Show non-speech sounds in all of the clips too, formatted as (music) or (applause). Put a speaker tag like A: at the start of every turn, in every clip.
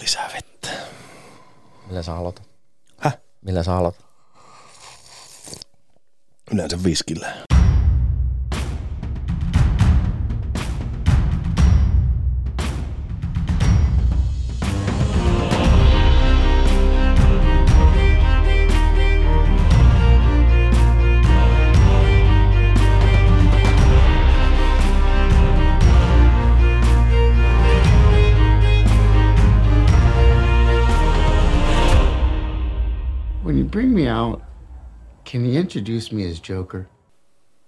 A: lisää vettä.
B: Millä sä aloitat?
A: Häh?
B: Millä sä aloitat?
A: Yleensä viskillä.
C: When you bring me out, can you introduce me as Joker?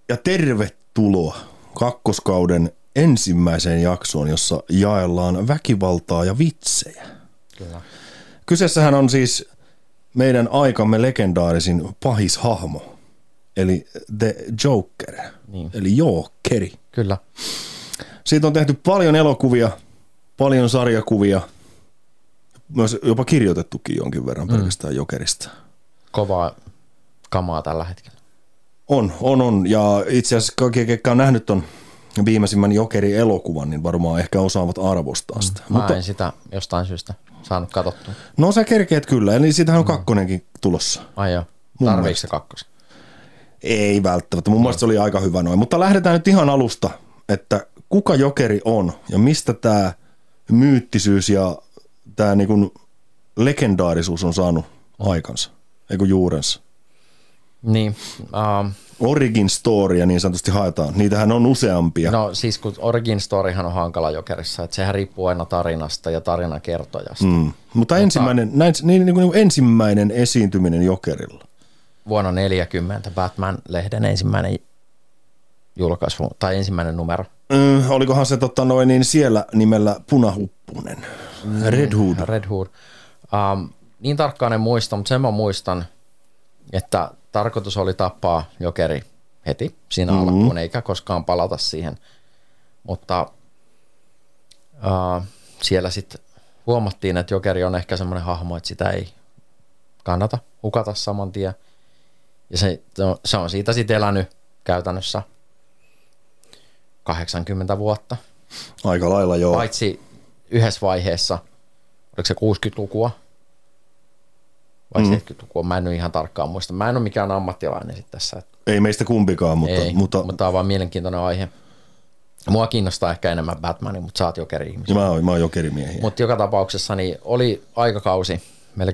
A: Ja tervetuloa kakkoskauden ensimmäiseen jaksoon, jossa jaellaan väkivaltaa ja vitsejä.
B: Kyllä.
A: Kyseessähän on siis meidän aikamme legendaarisin pahishahmo, eli The Joker,
B: Niin.
A: eli Jokeri.
B: Kyllä.
A: Siitä on tehty paljon elokuvia, paljon sarjakuvia, myös jopa kirjoitettukin jonkin verran
B: Mm.
A: pelkästään Jokerista.
B: Kovaa kamaa tällä hetkellä.
A: On, on, on. Ja itse asiassa kaikki, ketkä on nähnyt ton viimeisimmän Jokeri-elokuvan, niin varmaan ehkä osaavat arvostaa sitä.
B: Mä Mutta... en sitä jostain syystä saanut katsottua.
A: No sä kerkeet kyllä, eli siitähän on kakkonenkin tulossa.
B: Ai joo.
A: Mun
B: Tarviiko
A: mielestä.
B: se kakkos?
A: Ei välttämättä, mun mielestä se oli aika hyvä noin. Mutta lähdetään nyt ihan alusta, että kuka Jokeri on ja mistä tämä myyttisyys ja tämä niinku legendaarisuus on saanut aikansa, eikö juurensa.
B: Niin. Ähm,
A: Origin storya niin sanotusti haetaan. Niitähän on useampia.
B: no siis kun origin storyhan on hankala jokerissa, että sehän riippuu aina tarinasta ja tarinakertojasta. Mm.
A: Mutta ensimmäinen, näin, niin, niin kuin ensimmäinen esiintyminen Jokerilla.
B: Vuonna 40 Batman-lehden ensimmäinen julkaisu, tai ensimmäinen numero.
A: Mm, olikohan se totta noin, niin siellä nimellä Punahuppunen. Mm. Red Hood.
B: Red Hood. Um, niin tarkkaan en muista, mutta sen mä muistan, että tarkoitus oli tappaa jokeri heti siinä mm-hmm. alkuun, eikä koskaan palata siihen. Mutta uh, siellä sitten huomattiin, että jokeri on ehkä semmoinen hahmo, että sitä ei kannata hukata saman tien. Ja se, se on siitä sitten elänyt käytännössä 80 vuotta
A: Aika lailla joo.
B: paitsi yhdessä vaiheessa, oliko se 60-lukua vai mm. 70-lukua, mä en nyt ihan tarkkaan muista. Mä en ole mikään ammattilainen sit tässä, että
A: Ei meistä kumpikaan, mutta,
B: ei,
A: mutta,
B: mutta,
A: mutta
B: mutta tämä on vaan mielenkiintoinen aihe. Mua kiinnostaa ehkä enemmän Batman, mutta sä oot jokeri-ihmisiä.
A: mä, oon, mä oon jokerimiehiä. Mut,
B: Mutta joka tapauksessa niin oli aikakausi, meillä,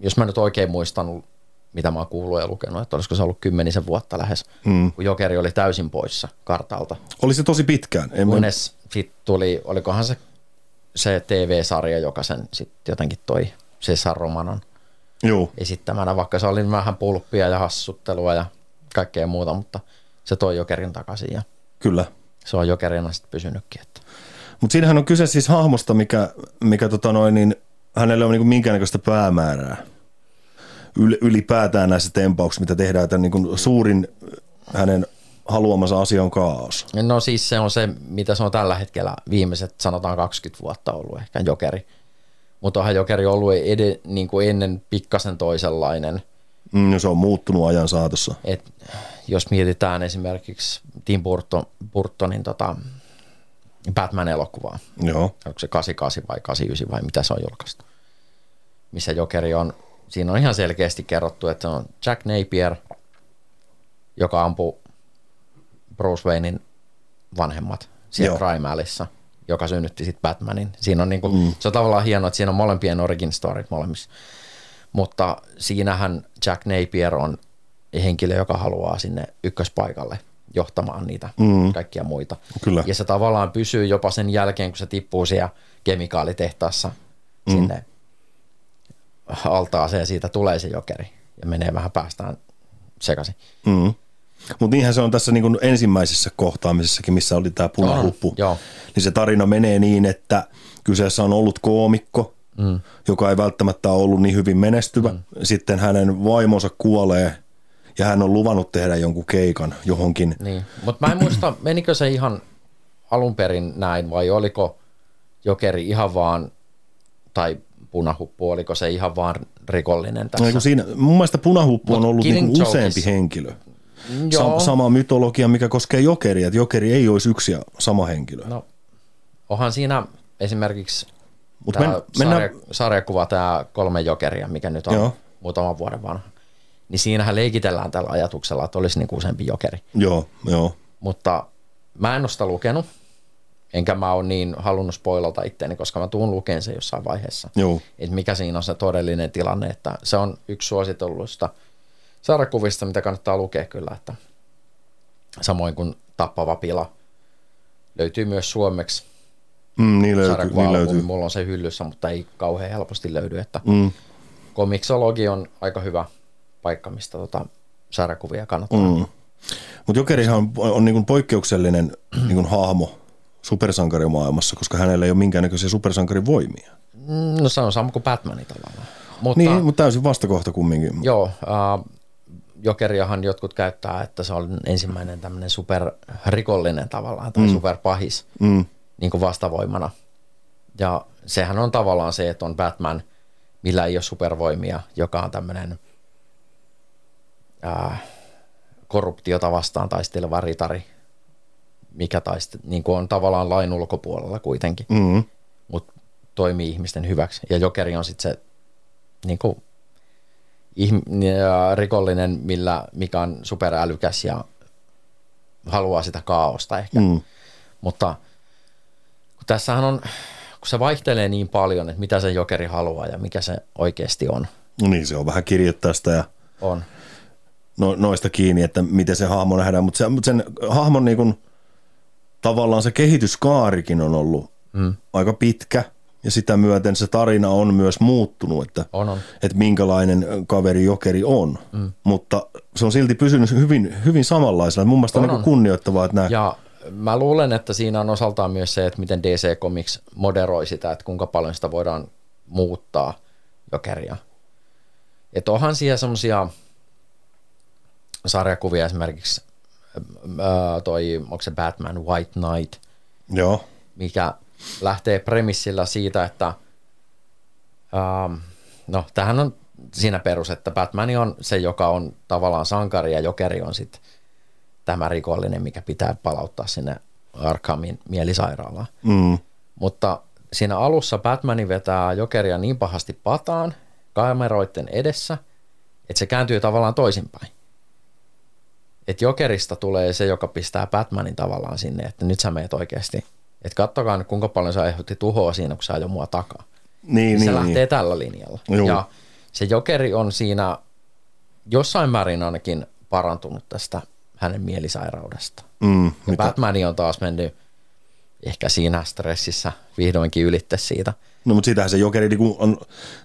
B: jos mä nyt oikein muistan, mitä mä oon kuullut ja lukenut, että olisiko se ollut kymmenisen vuotta lähes, mm. kun jokeri oli täysin poissa kartalta.
A: Oli se tosi pitkään. En mä,
B: Kunnes sitten tuli, olikohan se, se TV-sarja, joka sen sitten jotenkin toi Cesar Romanon
A: juu,
B: esittämänä, vaikka se oli vähän pulppia ja hassuttelua ja kaikkea muuta, mutta se toi Jokerin takaisin ja
A: kyllä.
B: se on Jokerina sitten pysynytkin. Että.
A: Mutta siinähän on kyse siis hahmosta, mikä, mikä tota noin, niin hänellä on niinku minkäännäköistä päämäärää. Yl, ylipäätään näissä tempauksissa, mitä tehdään, että niinku suurin hänen haluamansa asia on kaos.
B: No siis se on se, mitä se on tällä hetkellä viimeiset sanotaan 20 vuotta ollut ehkä Jokeri. Mutta onhan Jokeri ollut ed- niin kuin ennen pikkasen toisenlainen –
A: Mm, no se on muuttunut ajan saatossa.
B: et jos mietitään esimerkiksi Tim Burton, Burtonin tota Batman-elokuvaa,
A: Joo.
B: onko se 88 vai 89 vai mitä se on julkaistu, missä Jokeri on, siinä on ihan selkeästi kerrottu, että se on Jack Napier, joka ampuu Bruce Waynein vanhemmat siellä
A: Joo.
B: Crime Alleyssa, joka synnytti sitten Batmanin. Siinä on niinku, mm. Se on tavallaan hienoa, että siinä on molempien origin storit molemmissa. Mutta siinähän Jack Napier on henkilö, joka haluaa sinne ykköspaikalle johtamaan niitä mm. kaikkia muita.
A: Kyllä.
B: Ja se tavallaan pysyy jopa sen jälkeen, kun se tippuu siellä kemikaalitehtaassa mm. sinne altaaseen. Siitä tulee se jokeri ja menee vähän päästään sekaisin.
A: Mm. Mutta niinhän se on tässä niin ensimmäisessä kohtaamisessakin, missä oli tämä punahuppu.
B: On, joo.
A: Niin se tarina menee niin, että kyseessä on ollut koomikko, mm. joka ei välttämättä ole ollut niin hyvin menestyvä. Mm. Sitten hänen vaimonsa kuolee ja hän on luvannut tehdä jonkun keikan johonkin.
B: Niin. Mutta mä en muista, menikö se ihan alun perin näin vai oliko jokeri ihan vaan, tai punahuppu, oliko se ihan vaan rikollinen tässä?
A: Niin. kun Siinä, mun mielestä punahuppu on
B: Mut
A: ollut
B: No, Killing
A: niin kuin
B: Jokeissa-
A: useampi henkilö.
B: Joo.
A: Sam, sama mytologia, mikä koskee jokeria, että jokeri ei olisi yksi ja sama henkilö.
B: No, onhan siinä esimerkiksi
A: Mutta
B: Tämä
A: men,
B: men,
A: mennään,
B: sarja, sarjakuva, tämä kolme jokeria, mikä nyt on
A: Joo.
B: Joo. muutaman vuoden vanha, niin siinähän leikitellään tällä ajatuksella, että olisi niinku useampi jokeri.
A: joo, joo,
B: Mutta mä en ole sitä lukenut, enkä mä ole niin halunnut spoilata itteeni, koska mä tuun lukeen sen jossain vaiheessa.
A: joo,
B: Että mikä siinä on se todellinen tilanne, että se on yksi suositelluista sarjakuvista, mitä kannattaa lukea kyllä, että samoin kuin Tappava pila löytyy myös suomeksi
A: mm, niin löytyy, niin
B: sarjakuva-albumi,
A: löytyy.
B: mulla on se hyllyssä, mutta ei kauhean helposti löydy, että
A: Mm,
B: komiksologi on aika hyvä paikka, mistä tota sarjakuvia kannattaa.
A: mm. Mutta Jokerihan on, on niin poikkeuksellinen niin hahmo supersankarimaailmassa, koska hänellä ei ole minkäännäköisiä supersankarin voimia.
B: Mm. No se on sama kuin Batmani tavallaan. Mutta,
A: Niin, mutta täysin vastakohta kumminkin.
B: Joo, äh, jokeriahan jotkut käyttää, että se on ensimmäinen tämmöinen superrikollinen tavallaan tai mm. superpahis
A: Mm,
B: niin kuin vastavoimana. Ja sehän on tavallaan se, että on Batman, millä ei ole supervoimia, joka on tämmöinen äh, korruptiota vastaan taisteleva ritari, mikä taist, niin kuin on tavallaan lain ulkopuolella kuitenkin,
A: mm,
B: mutta toimii ihmisten hyväksi. Ja jokeri on sitten se niin kuin, ihm, ja rikollinen, millä, mikä on superälykäs ja haluaa sitä kaaosta ehkä.
A: mm,
B: Mutta kun tässähän on, kun se vaihtelee niin paljon, että mitä se jokeri haluaa ja mikä se oikeasti on.
A: No niin, se on vähän kirjoittaa sitä ja
B: on.
A: no, noista kiinni, että miten se hahmo nähdään, mutta sen, mut sen hahmon niin kun, tavallaan se kehityskaarikin on ollut mm. aika pitkä ja sitä myöten se tarina on myös muuttunut, että,
B: On, on.
A: että minkälainen kaveri jokeri on, mm. mutta se on silti pysynyt hyvin, hyvin samanlaisena. Mun mielestä on,
B: On,
A: on niin
B: on.
A: kunnioittavaa, että nämä,
B: Ja mä luulen, että siinä on osaltaan myös se, että miten DC Comics moderoi sitä, että kuinka paljon sitä voidaan muuttaa jokeria. Että onhan siellä semmoisia sarjakuvia esimerkiksi äh, toi, onko se Batman White Knight –
A: joo,
B: mikä lähtee premissillä siitä, että ähm, no tämähän on siinä perus, että Batman on se, joka on tavallaan sankari ja jokeri on sitten tämä rikollinen, mikä pitää palauttaa sinne Arkhamin mielisairaalaan.
A: mm,
B: Mutta siinä alussa Batman vetää jokeria niin pahasti pataan kameroiden edessä, että se kääntyy tavallaan toisinpäin. Että jokerista tulee se, joka pistää Batmanin tavallaan sinne, että nyt sä meet oikeasti. Että kattokaa nyt, kuinka paljon sä aiheutti tuhoa siinä, kun sä ajoi mua takaa.
A: niin,
B: Niin, se
A: niin,
B: lähtee
A: niin.
B: tällä linjalla.
A: Juu.
B: Ja se jokeri on siinä jossain määrin ainakin parantunut tästä hänen mielisairaudesta.
A: Mm,
B: Ja
A: mitä?
B: Batman on taas mennyt ehkä siinä stressissä vihdoinkin ylitte siitä.
A: No mutta sitähän se jokeri niinku on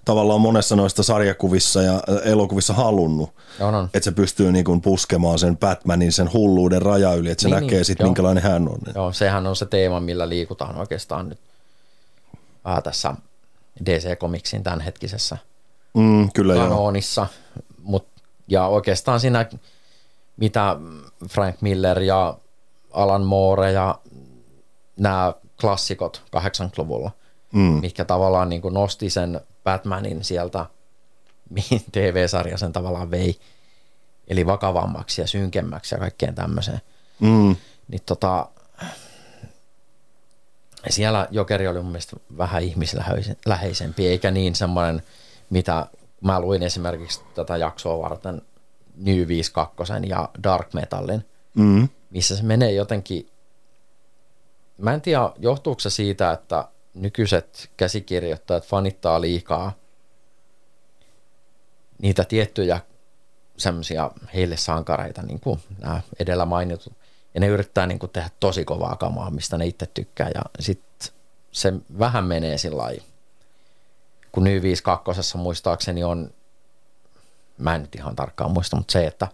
A: tavallaan monessa noista sarjakuvissa ja äh, elokuvissa halunnut.
B: On, on.
A: että se pystyy niin kuin puskemaan sen Batmanin sen hulluuden raja yli, että se niin,
B: Niin,
A: näkee
B: niin,
A: sitten
B: joo.
A: minkälainen hän on.
B: Joo, sehän on se teema, millä liikutaan oikeastaan nyt äh, tässä DC-komiksin tämänhetkisessä
A: Mm, kyllä joo.
B: kanonissa. Mut, ja oikeastaan siinä, mitä Frank Miller ja Alan Moore ja nämä klassikot 80-luvulla,
A: Mm,
B: mitkä tavallaan niin kuin nosti sen Batmanin sieltä, mihin TV-sarja sen tavallaan vei, eli vakavammaksi ja synkemmäksi ja kaikkeen tämmöiseen.
A: mm,
B: Niin tota, siellä Jokeri oli mun mielestä vähän ihmisläheisempi, eikä niin semmoinen, mitä mä luin esimerkiksi tätä jaksoa varten New 52 ja Dark Metalin,
A: mm,
B: missä se menee jotenkin, mä en tiedä johtuuko se siitä, että nykyiset käsikirjoittajat fanittaa liikaa niitä tiettyjä semmoisia heille sankareita, niin kuin nämä edellä mainitut, ja ne yrittää niin kuin tehdä tosi kovaa kamaa, mistä ne itse tykkää, ja sitten se vähän menee sillä lailla, kun New 52 muistaakseni on, mä en nyt ihan tarkkaan muista, mutta se, että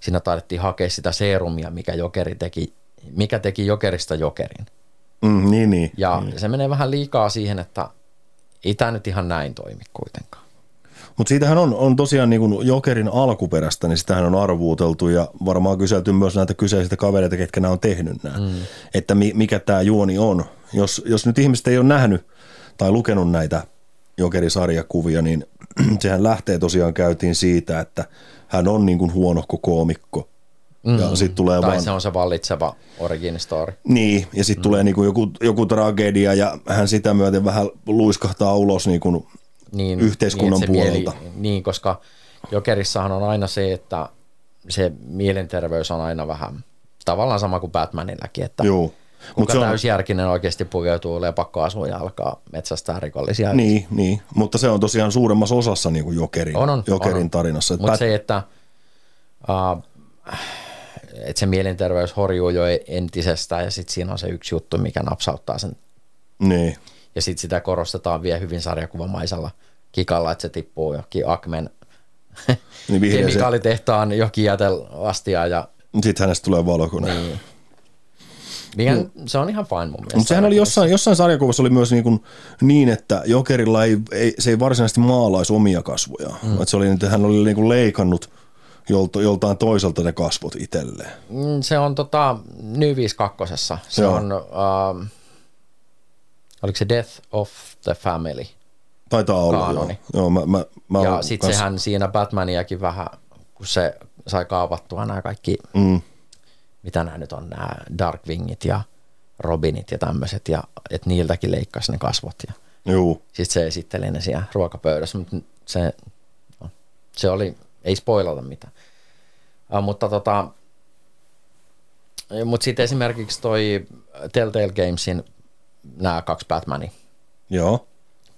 B: siinä taidettiin hakea sitä seerumia, mikä, jokeri teki, mikä teki jokerista jokerin.
A: mm, niin, niin.
B: Ja mm. se menee vähän liikaa siihen, että ei tämä nyt ihan näin toimi kuitenkaan.
A: Mutta siitähän on, on tosiaan niin kuin Jokerin alkuperästä, niin sitähän on arvuuteltu ja varmaan kyselty myös näitä kyseisistä kavereita, ketkä nämä on tehnyt nämä. Mm. Että mi, mikä tämä juoni on. Jos, jos nyt ihmiset ei ole nähnyt tai lukenut näitä Jokerisarjakuvia, niin (clears throat) sehän lähtee tosiaan käytiin siitä, että hän on niin kuin huonohko niinku koomikko, Mm. Ja sitten tulee
B: Tai
A: vaan...
B: se on se vallitseva origin story.
A: Niin, ja sitten mm. tulee niinku joku, joku tragedia ja hän sitä myöten vähän luiskahtaa ulos niinku
B: Niin,
A: yhteiskunnan
B: niin, että se
A: puolelta.
B: Mieli, niin, koska Jokerissahan on aina se, että se mielenterveys on aina vähän tavallaan sama kuin Batmanillakin, että
A: Joo. Mut
B: kuka
A: se on,
B: täysjärkinen oikeasti pukeutuu lepakkoasuun ja alkaa metsästää rikollisia.
A: niin, niin, mutta se on tosiaan suuremmassa osassa niinku jokerin,
B: On, on,
A: jokerin
B: on, on.
A: tarinassa. Et
B: Mutta
A: Bat-
B: se, että, uh, että se mielenterveys horjuu jo entisestään ja sitten siinä on se yksi juttu, mikä napsauttaa sen.
A: niin,
B: Ja sitten sitä korostetaan vielä hyvin sarjakuvamaisella kikalla, että se tippuu johonkin Akmen
A: niin vihreä
B: kemikaalitehtaan johonkin jäteastiaan ja
A: Sitten hänestä tulee valkoinen. Niin.
B: mikä, se on ihan fine mun mielestä.
A: Mutta Mm. sehän oli jossain, jossain sarjakuvassa oli myös niin, kuin niin että Jokerilla ei, ei, se ei varsinaisesti maalaisi omia kasvojaan. Mm. se oli, että hän oli niin kuin leikannut jolta, joltain toiselta ne kasvot itselleen.
B: Mm, Se on tota, New 52. Se
A: Joo.
B: Joo. on, uh, oliko se Death of the Family?
A: Taitaa olla, joo.
B: Kaanoni.
A: joo mä, mä, mä
B: Ja
A: oon
B: sitten
A: kans-
B: sehän siinä Batmaniakin vähän, kun se sai kaavattua nämä kaikki, mm. mitä nämä nyt on, nämä Darkwingit ja Robinit ja tämmöiset, ja että niiltäkin leikkasi ne kasvot. Ja
A: Joo,
B: sitten se esitteli ne siellä ruokapöydässä, mutta se, se oli, ei spoilata mitään. Äh, mutta tota, mutta sitten esimerkiksi toi Telltale Gamesin nämä kaksi Batmania,
A: joo.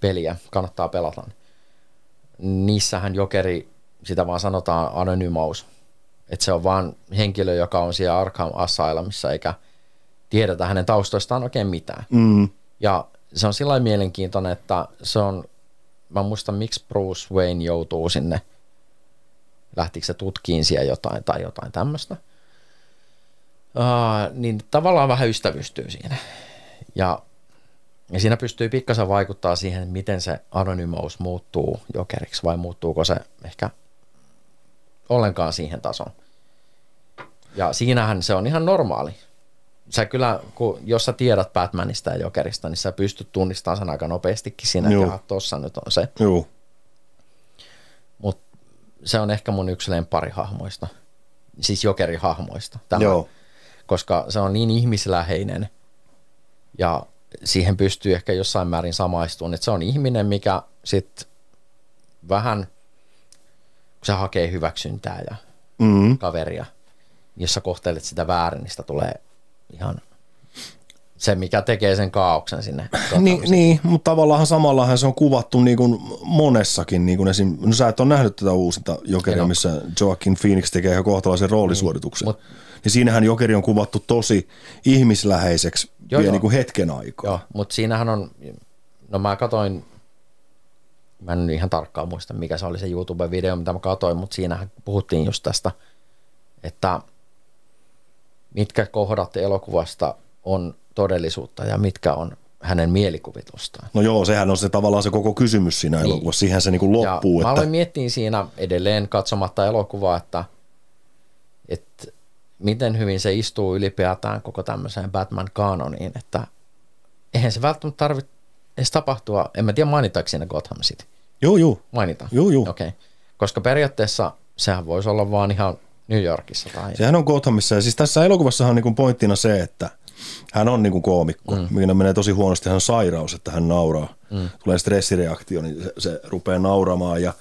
B: peliä kannattaa pelata. niin Niissähän jokeri, sitä vaan sanotaan anonymaus. Että se on vaan henkilö, joka on siellä Arkham Asylumissa eikä tiedetä hänen taustoistaan oikein mitään.
A: Mm.
B: Ja se on sillä lailla mielenkiintoinen, että se on, mä muistan miksi Bruce Wayne joutuu sinne, lähtikö se tutkiin siellä jotain tai jotain tämmöistä. Uh, niin tavallaan vähän ystävystyy siinä. Ja, ja siinä pystyy pikkasen vaikuttaa siihen, että miten se anonymous muuttuu jokeriksi vai muuttuuko se ehkä ollenkaan siihen tasoon. Ja siinähän se on ihan normaali sä kyllä, kun, jos sä tiedät Batmanista ja Jokerista, niin sä pystyt tunnistamaan sen aika nopeastikin siinä,
A: Joo.
B: että jaha, tossa nyt on se.
A: Joo.
B: Mutta se on ehkä mun yksi pari hahmoista, siis Jokerihahmoista, tämä,
A: Joo.
B: koska se on niin ihmisläheinen ja siihen pystyy ehkä jossain määrin samaistumaan, että se on ihminen, mikä sitten vähän, kun se hakee hyväksyntää ja
A: Mm.
B: kaveria, jos sä kohtelet sitä väärin, niin sitä tulee ihan se, mikä tekee sen
A: (clears throat)
B: kaauksen sinne. tuota,
A: Niin, niin, mutta tavallaan samallahan se on kuvattu niin kuin monessakin. Niin kuin esim, no sä et ole nähnyt tätä uusinta Jokeria,
B: En oo.
A: missä Joaquin Phoenix tekee ihan kohtalaisen roolisuorituksen. Niin,
B: mut-
A: niin siinähän Jokeri on kuvattu tosi ihmisläheiseksi
B: Joo,
A: vielä
B: joo.
A: niin kuin hetken aikaa.
B: Joo, mutta siinähän on, no mä katoin, mä en nyt ihan tarkkaan muista, mikä se oli se YouTube-video, mitä mä katoin, mutta siinähän puhuttiin just tästä, että mitkä kohdat elokuvasta on todellisuutta ja mitkä on hänen mielikuvitustaan.
A: No joo, sehän on se tavallaan se koko kysymys siinä niin. elokuvassa. Siihen se niin kuin loppuu.
B: ja mä
A: Että,
B: aloin miettiä siinä edelleen katsomatta elokuvaa, että, että miten hyvin se istuu ylipäätään koko tämmöiseen Batman-kaanoniin, että eihän se välttämättä tarvitse edes tapahtua, en mä tiedä mainitaanko siinä Gotham City.
A: Joo, joo.
B: Mainitaan?
A: Juu, juu.
B: Okei. Koska periaatteessa sehän voisi olla vaan ihan New Yorkissa tai...
A: Sehän on Gothamissa. Ja siis tässä elokuvassahan on niin kuin pointtina se, että hän on niin kuin koomikko, mm. mikä menee tosi huonosti. Hän on sairaus, että hän nauraa. Mm. Tulee stressireaktio, niin se, se rupeaa nauramaan ja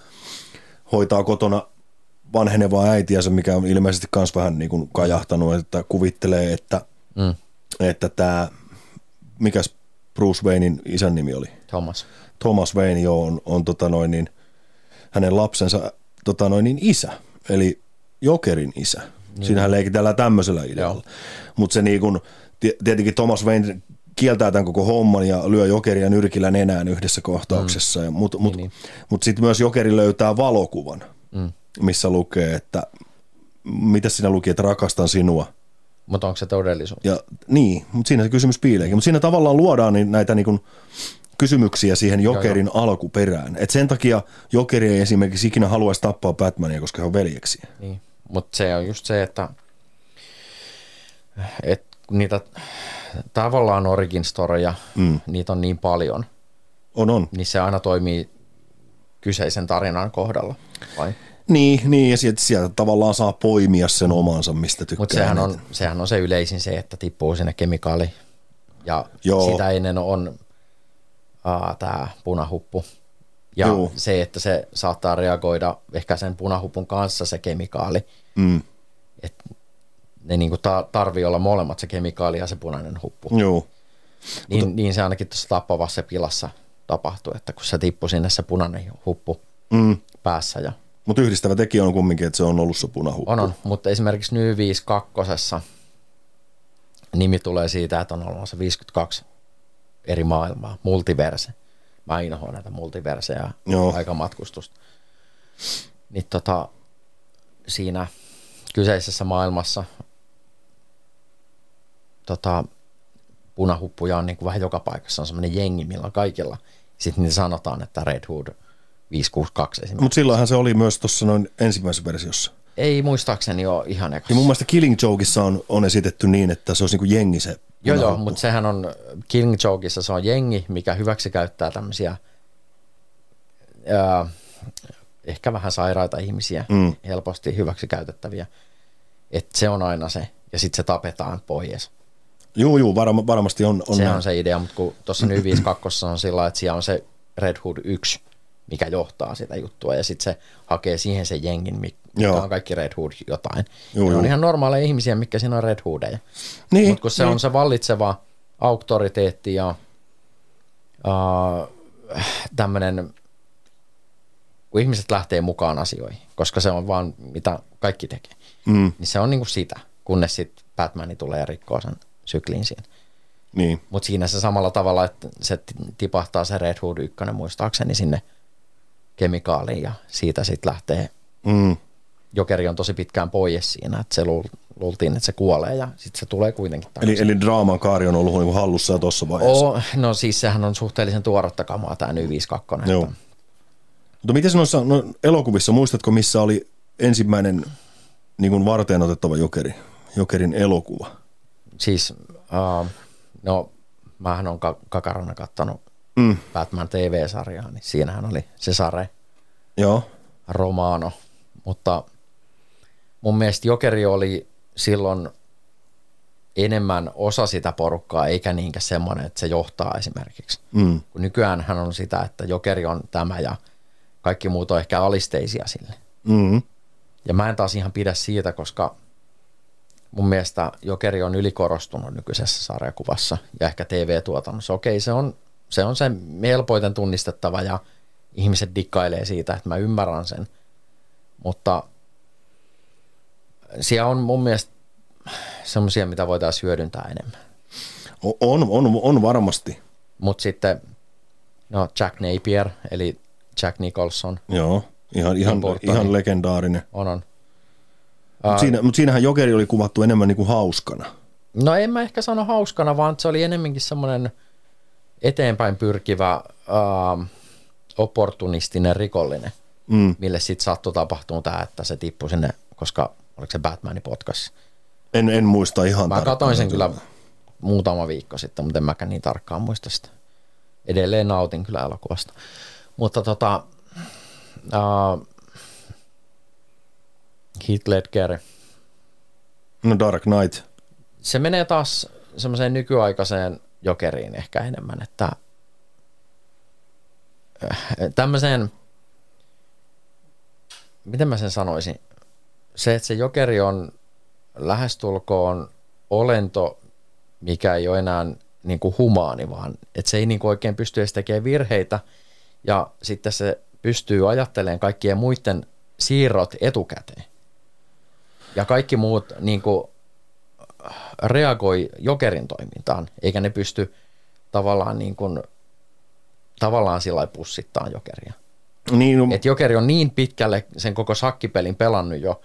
A: hoitaa kotona vanhenevaa äitiänsä, mikä on ilmeisesti myös vähän niin kuin kajahtanut, että kuvittelee, että, mm. että tämä, mikäs Bruce Waynein isän nimi oli?
B: Thomas.
A: Thomas Wayne joo, on, on tota noin, niin, hänen lapsensa tota noin, niin isä, eli Jokerin isä. Niin. Siinähän leikitellään tämmöisellä idealla. Mutta se niin kun, tie- tietenkin Thomas Wayne kieltää tämän koko homman ja lyö Jokeria nyrkillä nenään yhdessä kohtauksessa. Mm. Mutta mut, niin. mut sitten myös Jokeri löytää valokuvan, mm. missä lukee, että mitä siinä luki, että rakastan sinua.
B: Mutta onko se todellisuus?
A: Ja, niin, mutta siinä se kysymys piileekin. Mutta siinä tavallaan luodaan niin näitä niin kuin, kysymyksiä siihen Jokerin joo, alkuperään. Et sen takia Jokeri ei esimerkiksi ikinä haluaisi tappaa Batmania, koska he on veljeksiä.
B: Niin. Mutta se on just se, että, että kun niitä tavallaan origin storeja, mm. niitä on niin paljon,
A: On, on.
B: niin se aina toimii kyseisen tarinan kohdalla. Vai?
A: Niin, niin ja sieltä, sieltä tavallaan saa poimia sen omansa, mistä tykkää.
B: Mutta sehän on,
A: eniten.
B: sehän on se yleisin se, että tippuu sinne kemikaali. Ja
A: Joo.
B: Joo. sitä ennen on aa, tämä punahuppu. Ja
A: Joo.
B: Joo. se, että se saattaa reagoida ehkä sen punahupun kanssa se kemikaali.
A: Mm.
B: Et ne niinku ta- tarvii olla molemmat, se kemikaali ja se punainen huppu.
A: Joo.
B: Niin, niin se ainakin tuossa tappavassa pilassa tapahtui, että kun se tippui sinne se punainen huppu
A: Mm.
B: päässä ja
A: Mutta yhdistävä tekijä on kumminkin, että se on ollut se punahuppu.
B: On, on, mutta esimerkiksi New 52 nimi tulee siitä, että on olemassa 52 eri maailmaa, multiverse. Mä inhoan näitä multiverseja
A: Joo.
B: Joo. aikamatkustusta. Niin tota, siinä kyseisessä maailmassa tota, punahuppuja on niin kuin vähän joka paikassa. On semmoinen jengi, millä on kaikilla. Sitten niitä sanotaan, että Red Hood 562 esimerkiksi.
A: Mutta silloinhan se oli myös tuossa noin ensimmäisessä versiossa.
B: Ei muistaakseni ole ihan ekassa.
A: Ja Niin mun mielestä Killing Jokeissa on, on esitetty niin, että se olisi niinku jengi se
B: Joo, joo,
A: punahuppu.
B: mutta sehän on Killing Jokeissa se on jengi, mikä hyväksi käyttää tämmöisiä ää, ehkä vähän sairaita ihmisiä,
A: Mm.
B: mm. helposti hyväksi käytettäviä. Et se on aina se, ja sitten se tapetaan pois.
A: Juu, juu, varma, varmasti on, on
B: se
A: näin.
B: on se idea, mutta kun tuossa New 52 on sillä lailla, että siellä on se Red Hood 1, mikä johtaa sitä juttua, ja sitten se hakee siihen sen jengin, mi- mikä
A: Joo.
B: on kaikki Red Hood jotain.
A: Joo,
B: Joo, ne
A: joo.
B: on ihan normaaleja ihmisiä, mikä siinä on Red Hoodeja.
A: Niin,
B: Mutta kun se
A: niin.
B: on se vallitseva auktoriteetti ja uh, tämmöinen, kun ihmiset lähtee mukaan asioihin, koska se on vaan mitä kaikki tekee,
A: Mm,
B: niin se on niinku sitä, kunnes sitten Batman tulee ja rikkoo sen syklin siinä.
A: niin.
B: Mutta siinä se samalla tavalla, että se ti- tipahtaa se Red Hood 1 muistaakseni sinne kemikaaliin ja siitä sitten lähtee
A: Mm,
B: Jokeri on tosi pitkään pois siinä, että se luul- luultiin, että se kuolee ja sitten se tulee kuitenkin
A: eli,
B: takaisin.
A: eli draaman kaari on ollut niinku hallussa jo tuossa vaiheessa.
B: Oo, no siis sehän on suhteellisen tuoretta kamaa tämä ny 52.
A: Joo. Mutta miten noissa no, elokuvissa, muistatko missä oli ensimmäinen niin kuin varteen otettava jokeri? Jokerin elokuva.
B: Siis, uh, no mähän on ka- kakarana kattanut
A: Mm.
B: Batman TV-sarjaa, niin siinähän oli Cesare
A: Joo.
B: Romano, mutta mun mielestä Jokeri oli silloin enemmän osa sitä porukkaa, eikä niinkään semmoinen, että se johtaa esimerkiksi.
A: Mm.
B: Kun nykyään hän on sitä, että Jokeri on tämä ja kaikki muut on ehkä alisteisia sille.
A: Mm.
B: Ja mä en taas ihan pidä siitä, koska mun mielestä jokeri on ylikorostunut nykyisessä sarjakuvassa ja ehkä TV-tuotannossa. Okei, se on se, on se helpoiten tunnistettava ja ihmiset dikkailee siitä, että mä ymmärrän sen. Mutta siellä on mun mielestä semmoisia, mitä voitaisiin hyödyntää enemmän.
A: O- On, on, on varmasti.
B: Mutta sitten no Jack Napier, eli Jack Nicholson,
A: Joo. Ihan, ihan,
B: Portnoy.
A: ihan legendaarinen.
B: on, on
A: Mutta siinä, mut siinähän jokeri oli kuvattu enemmän niin kuin hauskana.
B: No en mä ehkä sano hauskana, vaan se oli enemmänkin semmoinen eteenpäin pyrkivä, ähm, opportunistinen rikollinen,
A: Mm.
B: mille sitten sattui tapahtumaan tämä, että se tippui sinne, koska oliko se Batmanin potkas.
A: En, en muista ihan
B: Mä
A: tarkkaan.
B: katsoin sen kyllä muutama viikko sitten, mutta en mäkään niin tarkkaan muista sitä. Edelleen nautin kyllä elokuvasta. Mutta tota, äh, Heath Ledger,
A: No Dark Knight.
B: se menee taas semmoiseen nykyaikaiseen jokeriin ehkä enemmän, että äh, tämmöiseen, miten mä sen sanoisin, se, että se jokeri on lähestulkoon olento, mikä ei ole enää niin kuin humaani, vaan että se ei niin kuin oikein pysty edes tekemään virheitä ja sitten se pystyy ajattelemaan kaikkien muiden siirrot etukäteen. Ja kaikki muut niin kuin reagoi jokerin toimintaan, eikä ne pysty tavallaan niin kuin, tavallaan sillä lailla pussittaa jokeria.
A: Niin, no,
B: Et jokeri on niin pitkälle sen koko sakkipelin pelannut jo,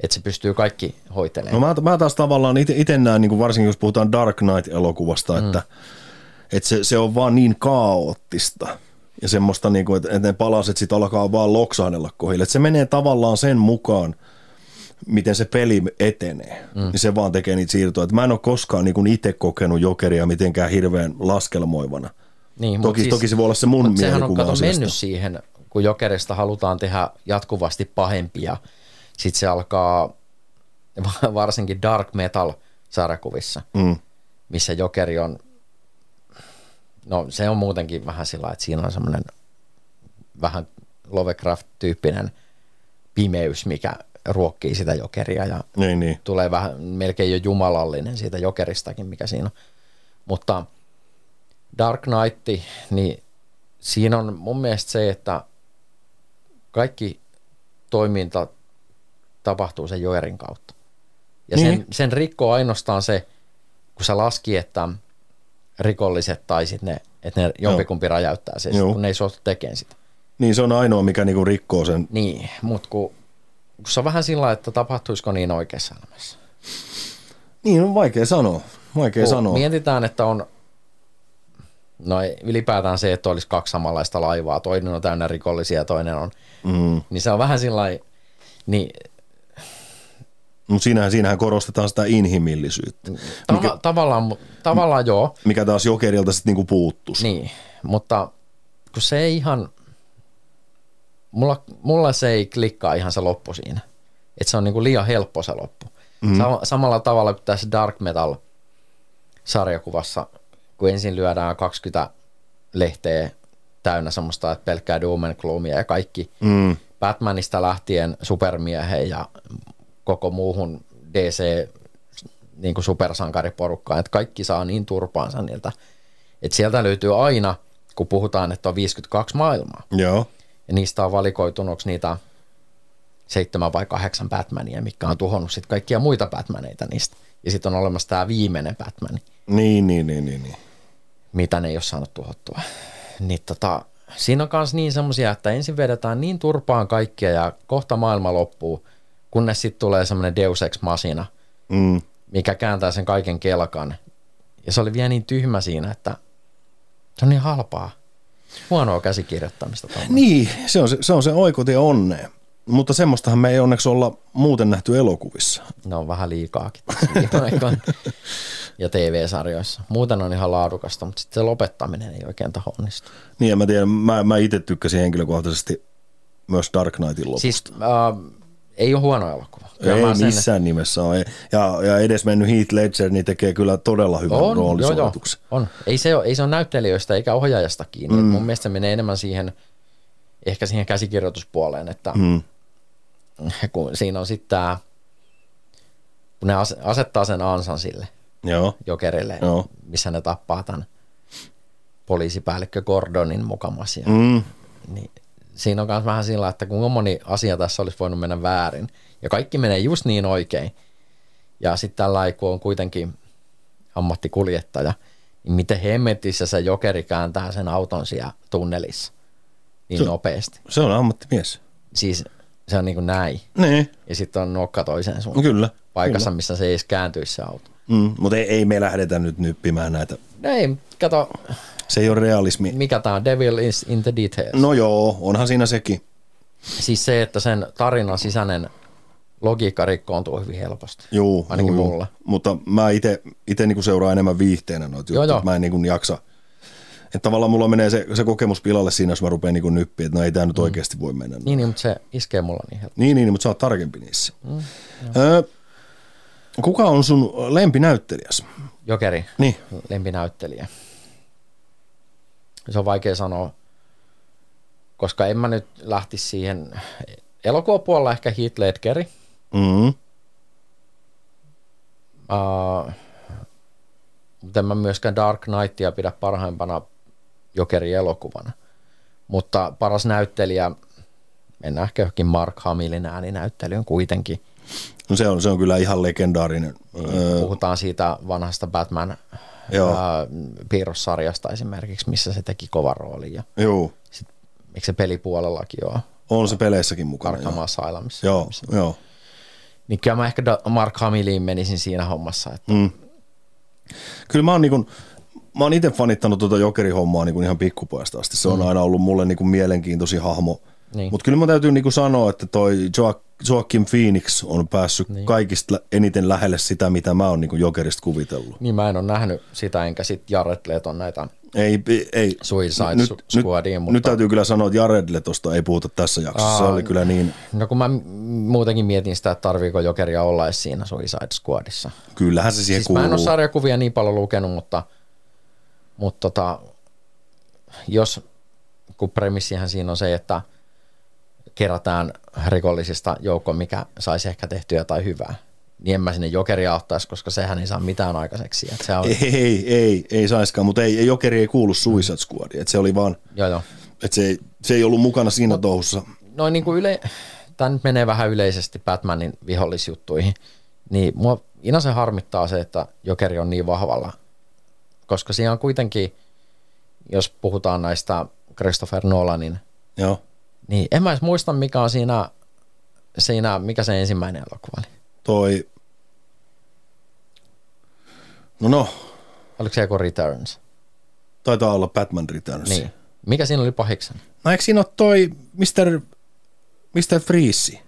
B: että se pystyy kaikki
A: No
B: hoitelemaan.
A: mä, mä taas tavallaan itse näen, niin kuin varsinkin jos puhutaan Dark Knight-elokuvasta, mm. että, että se, se on vaan niin kaoottista ja semmoista, niin kuin, että, että ne palaset sitten alkaa vaan loksahdella kohdille. Että se menee tavallaan sen mukaan, miten se peli etenee, mm. niin se vaan tekee niitä siirtoja. Että mä en ole koskaan niin kuin itse kokenut jokeria mitenkään hirveän laskelmoivana.
B: Niin, mut
A: Toki, siis, toki se voi olla se mun
B: mut sehän on
A: mielikuva
B: kato
A: asiasta.
B: mennyt siihen, kun jokerista halutaan tehdä jatkuvasti pahempia, sitten se alkaa va- varsinkin dark metal sarjakuvissa,
A: Mm.
B: missä jokeri on, no se on muutenkin vähän sillä että siinä on semmoinen vähän Lovecraft-tyyppinen pimeys, mikä ruokkii sitä jokeria ja
A: Niin, niin.
B: tulee vähän melkein jo jumalallinen siitä jokeristakin, mikä siinä on. Mutta Dark Knight, niin siinä on mun mielestä se, että kaikki toiminta tapahtuu sen jokerin kautta. Ja niin. sen,
A: Niin.
B: sen rikkoo ainoastaan se, kun sä laski, että rikolliset tai sitten ne, että ne jompikumpi räjäyttää sen, sit,
A: Joo.
B: kun ne ei suostu tekemään sitä.
A: Niin se on ainoa, mikä niinku rikkoo sen.
B: Niin, mutta kun, kun se on vähän sillä lailla, että tapahtuisiko niin oikeassa elämässä.
A: Niin on vaikea sanoa. Vaikea
B: kun
A: sanoa.
B: Mietitään, että on no ei- ylipäätään se, että olisi kaksi samanlaista laivaa, toinen on täynnä rikollisia ja toinen on,
A: Mm.
B: niin se on vähän sillä lailla, niin
A: Mutta siinähän, siinähän korostetaan sitä inhimillisyyttä,
B: tava- tavallaan, mu- tavallaan joo,
A: mikä taas jokerilta sitten niinku puuttus.
B: niin, mutta kun se ei ihan, mulla, mulla se ei klikkaa ihan se loppu siinä, että se on niinku liian helppo se loppu. Mm. Samalla tavalla kuin tässä Dark Metal sarjakuvassa, kun ensin lyödään 20 lehteä täynnä semmoista, että pelkkää doom and gloomia ja kaikki
A: Mm.
B: Batmanista lähtien supermieheen ja koko muuhun DC niin kuin supersankariporukkaan, että kaikki saa niin turpaansa niiltä. Että sieltä löytyy aina, kun puhutaan, että on 52 maailmaa,
A: Joo.
B: ja niistä on valikoitunut niitä seitsemän vai kahdeksan Batmania, mikä on tuhonnut sitten kaikkia muita Batmaneita niistä. Ja sitten on olemassa tämä viimeinen Batman,
A: Niin, niin, niin, niin. niin.
B: mitä ne ei ole saanut tuhottua. Niin tota, siinä on myös niin semmoisia, että ensin vedetään niin turpaan kaikkia ja kohta maailma loppuu, kunnes sitten tulee semmoinen Deus Ex Masina,
A: Mm.
B: mikä kääntää sen kaiken kelkan. Ja se oli vielä niin tyhmä siinä, että se on niin halpaa. Huonoa käsikirjoittamista. Tommoinen.
A: Niin, se on se, se, on se oikotie onneen. Mutta semmoistahan me ei onneksi olla muuten nähty elokuvissa.
B: ne on vähän liikaakin tässä viime
A: (laughs)
B: aikoina. ja TV-sarjoissa. Muuten on ihan laadukasta, mutta sitten se lopettaminen ei oikein taho onnistu.
A: Niin, ja mä tiedän, mä, mä itse tykkäsin henkilökohtaisesti myös Dark Knightin loppuun.
B: Siis äh, ei ole huono elokuva. Kyllä mä
A: ei
B: sen-
A: missään nimessä ole. Ja, ja edes mennyt Heath Ledger, niin tekee kyllä todella hyvän
B: on, joo, joo,
A: roolisuorituksen.
B: on. Ei, se ole, ei se ole näyttelijöistä eikä ohjaajasta kiinni. Mm. Mun mielestä se menee enemmän siihen, ehkä siihen käsikirjoituspuoleen, että
A: Mm.
B: kun siinä on sitten tämä, kun ne as- asettaa sen ansan sille
A: Joo,
B: jokerille,
A: Joo.
B: missä ne tappaa tämän poliisipäällikkö Gordonin mukamas. Ja
A: mm.
B: niin siinä on myös vähän sillä, että kuinka moni asia tässä olisi voinut mennä väärin. Ja kaikki menee just niin oikein. Ja sitten tällä kun on kuitenkin ammattikuljettaja, niin miten hemmetissä se jokeri kääntää sen auton siellä tunnelissa niin
A: Se-
B: nopeasti.
A: se on ammattimies.
B: Siis se on niin kuin näin.
A: Niin,
B: Ja sitten on nokka toiseen
A: no
B: suuntaan
A: kyllä.
B: paikassa, missä se ei edes kääntyisi se auto.
A: Kyllä. Mm. Mutta ei, ei me lähdetä nyt nyppimään näitä.
B: No ei, kato,
A: Se ei ole realismi.
B: mikä tämä on, Devil is in the details.
A: No joo, onhan siinä sekin.
B: Siis se, että sen tarinan sisäinen logiikka rikkoontuu hyvin helposti.
A: Juu,
B: Ainakin
A: juu, juu.
B: mulla.
A: Mutta mä itse niinku seuraa enemmän viihteenä noita
B: Joo,
A: juttuja.
B: joo.
A: että Mä en niinku jaksa. Että tavallaan mulla menee se, se kokemus pilalle siinä, jos mä rupean niinku nyppiä, että no ei tämä nyt oikeasti voi mennä.
B: Mm. Niin, niin, mutta se iskee mulla niin helposti.
A: Niin, niin, mutta sä oot tarkempi niissä. Mm, öö, kuka on sun lempinäyttelijäs?
B: Jokeri,
A: Niin,
B: lempinäyttelijä. Se on vaikea sanoa, koska en mä nyt lähtisi siihen. Elokuvapuolella ehkä Heath Ledgeri.
A: mm,
B: Uh, mutta en mä myöskään Dark Knightia pidä parhaimpana Jokeri-elokuvana. Mutta paras näyttelijä, mennään ehkä johonkin Mark Hamillin ääninäyttelyyn kuitenkin.
A: no se on, se on kyllä ihan legendaarinen.
B: Niin.
A: Öö,
B: Puhutaan siitä vanhasta Batman
A: Joo.
B: ää, piirrossarjasta esimerkiksi, missä se teki kovan roolin. Ja
A: joo,
B: eikö se pelipuolellakin ole?
A: on se peleissäkin mukana.
B: Arkham
A: Joo,
B: Asylumissa.
A: joo, joo.
B: Niin kyllä mä ehkä Da- Mark Hamilliin menisin siinä hommassa. Että
A: Mm. Kyllä mä oon, niinku, mä oon tota itse fanittanut tuota jokerihommaa niinku ihan pikkupojasta asti. Se on aina ollut mulle niinku mielenkiintoisin hahmo.
B: Mm. Niin.
A: Mutta kyllä mun täytyy niinku sanoa, että toi Joa- Joaquin Phoenix on päässyt niin. kaikista lä- eniten lähelle sitä, mitä mä oon niinku Jokerista kuvitellut.
B: Niin mä en ole nähnyt sitä, enkä sit Jared Leton näitä
A: Ei, pi- ei.
B: Suicide
A: Nyt,
B: Su-
A: nyt,
B: Squadia, mutta
A: nyt täytyy kyllä sanoa, että Jared Letosta ei puhuta tässä jaksossa. Se
B: Aa,
A: oli kyllä niin,
B: no kun mä m- muutenkin mietin sitä, että tarviiko Jokeria olla edes siinä Suicide Squadissa.
A: kyllähän se siihen
B: Siis
A: kuuluu.
B: mä en ole sarjakuvia niin paljon lukenut, mutta, mutta tota, jos, kun premissihän siinä on se, että kerätään rikollisista joukko, mikä saisi ehkä tehtyä jotain hyvää, niin en mä sinne jokeria ottaisi, koska sehän ei saa mitään aikaiseksi. Et se on,
A: Ei, ei, ei, ei saiskaan, mutta ei, ei Jokeri ei kuulu Suicide
B: Mm.
A: Squadiin, että se oli vaan,
B: joo, joo.
A: että se, ei- se ei ollut mukana siinä touhussa.
B: noin niin kuin yle, tämä nyt menee vähän yleisesti Batmanin vihollisjuttuihin, niin mua inänsä harmittaa se, että Jokeri on niin vahvalla, koska siinä on kuitenkin, jos puhutaan näistä Christopher Nolanin,
A: Joo.
B: niin en mä edes muista, mikä on siinä, siinä mikä se ensimmäinen elokuva oli.
A: Toi, no no,
B: Oliko se joku Returns?
A: taitaa olla Batman Returns.
B: Niin. Mikä siinä oli pahiksen?
A: No eikö siinä ole toi Mr. Mr. Freeze?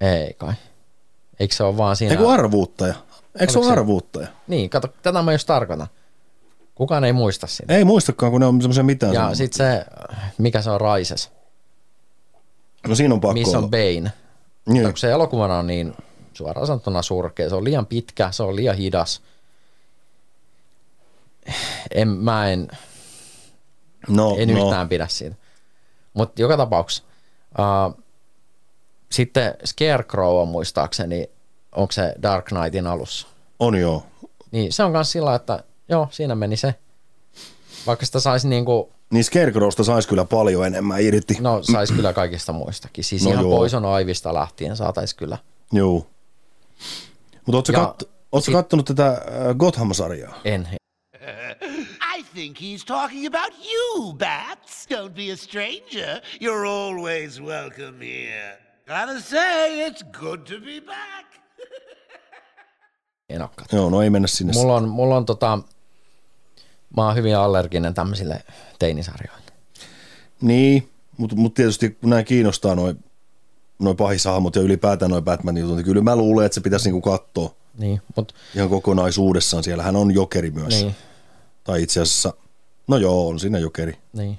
B: Ei kai. Eikö se ole vaan siinä?
A: Eikö arvuuttaja? Eikö se
B: Oliko
A: ole
B: se-
A: arvuuttaja?
B: Niin, kato, tätä mä just tarkoitan. Kukaan ei muista sitä.
A: Ei muistakaan, kun ne on semmoisia mitään.
B: Ja
A: sanomaa.
B: sitten se, mikä se on Raises,
A: no siinä on pakko
B: missä
A: olla.
B: on Bane.
A: niin.
B: Mutta kun se elokuvana on niin suoraan sanottuna surkea, se on liian pitkä, se on liian hidas. En, mä en,
A: no,
B: en
A: no.
B: yhtään pidä siitä. Mutta joka tapauksessa. Uh, sitten Scarecrow on muistaakseni, onko se Dark Knightin alussa.
A: On joo.
B: Niin se on myös sillä, että joo, siinä meni se. Vaikka sitä saisi niinku,
A: Niin Scarecrowsta saisi kyllä paljon enemmän irti.
B: no saisi kyllä kaikista muistakin. Siis
A: No
B: no ihan
A: joo.
B: poison aivista lähtien saataisiin kyllä.
A: Joo. Mutta ootko,
B: Ja
A: kat, ootko
B: sit-
A: kattonut tätä äh, Gotham-sarjaa?
B: En,
D: I think he's talking about you, Bats. Don't be a stranger. You're always welcome here. Gotta say, it's good to be back.
B: en ole
A: Joo, no ei mennä sinne. Mulla...
B: Mulla on, mulla on tota, mä oon hyvin allerginen tämmöisille teinisarjoille.
A: Niin, mutta mut tietysti kun nämä kiinnostaa noin noi pahisahmot ja ylipäätään noin Batman jutut, niin kyllä mä luulen, että se pitäisi niinku katsoa
B: Niin, mut,
A: ihan kokonaisuudessaan. Siellähän on jokeri myös.
B: niin,
A: Tai itse asiassa, no joo, on siinä jokeri.
B: niin.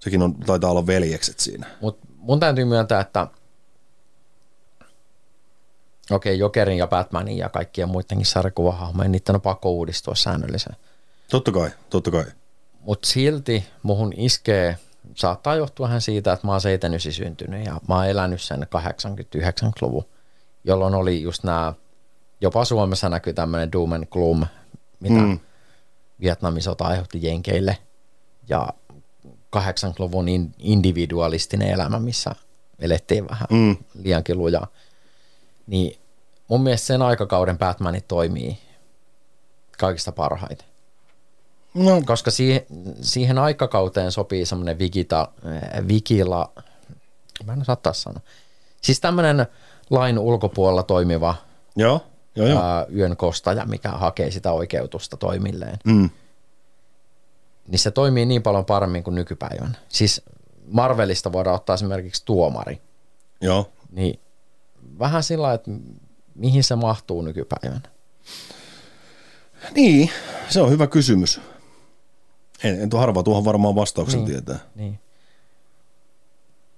A: Sekin on, taitaa olla veljekset siinä.
B: Mut mun täytyy myöntää, että okei, Jokerin ja Batmanin ja kaikkien muidenkin sarjakuvahahmojen, niiden on pakko uudistua säännöllisen.
A: Totta kai, totta kai.
B: Mut silti muhun iskee, saattaa johtua vähän siitä, että mä oon 79 syntynyt ja mä oon elänyt sen 80-90-luvun, jolloin oli just nämä, jopa Suomessa näkyy tämmöinen doom and gloom, mitä mm. Vietnamin sota aiheutti Jenkeille ja 80-luvun in- individualistinen elämä, missä elettiin vähän mm. liiankin lujaa. Niin mun mielestä sen aikakauden Batmanit toimii kaikista parhaiten
A: No,
B: Mm, koska siihen, siihen aikakauteen sopii semmoinen vigita, eh, vigila, mä en osaa taas sanoa, siis tämmöinen lain ulkopuolella toimiva
A: joo, joo, joo.
B: ää, yön kostaja, mikä hakee sitä oikeutusta toimilleen,
A: Mm.
B: niin se toimii niin paljon paremmin kuin nykypäivän. Siis Marvelista voidaan ottaa esimerkiksi tuomari,
A: Joo.
B: niin vähän sillä lailla, että mihin se mahtuu nykypäivänä.
A: Niin, se on hyvä kysymys. En, en tuo harva tuohon varmaan vastauksen
B: Niin.
A: tietää.
B: Niin.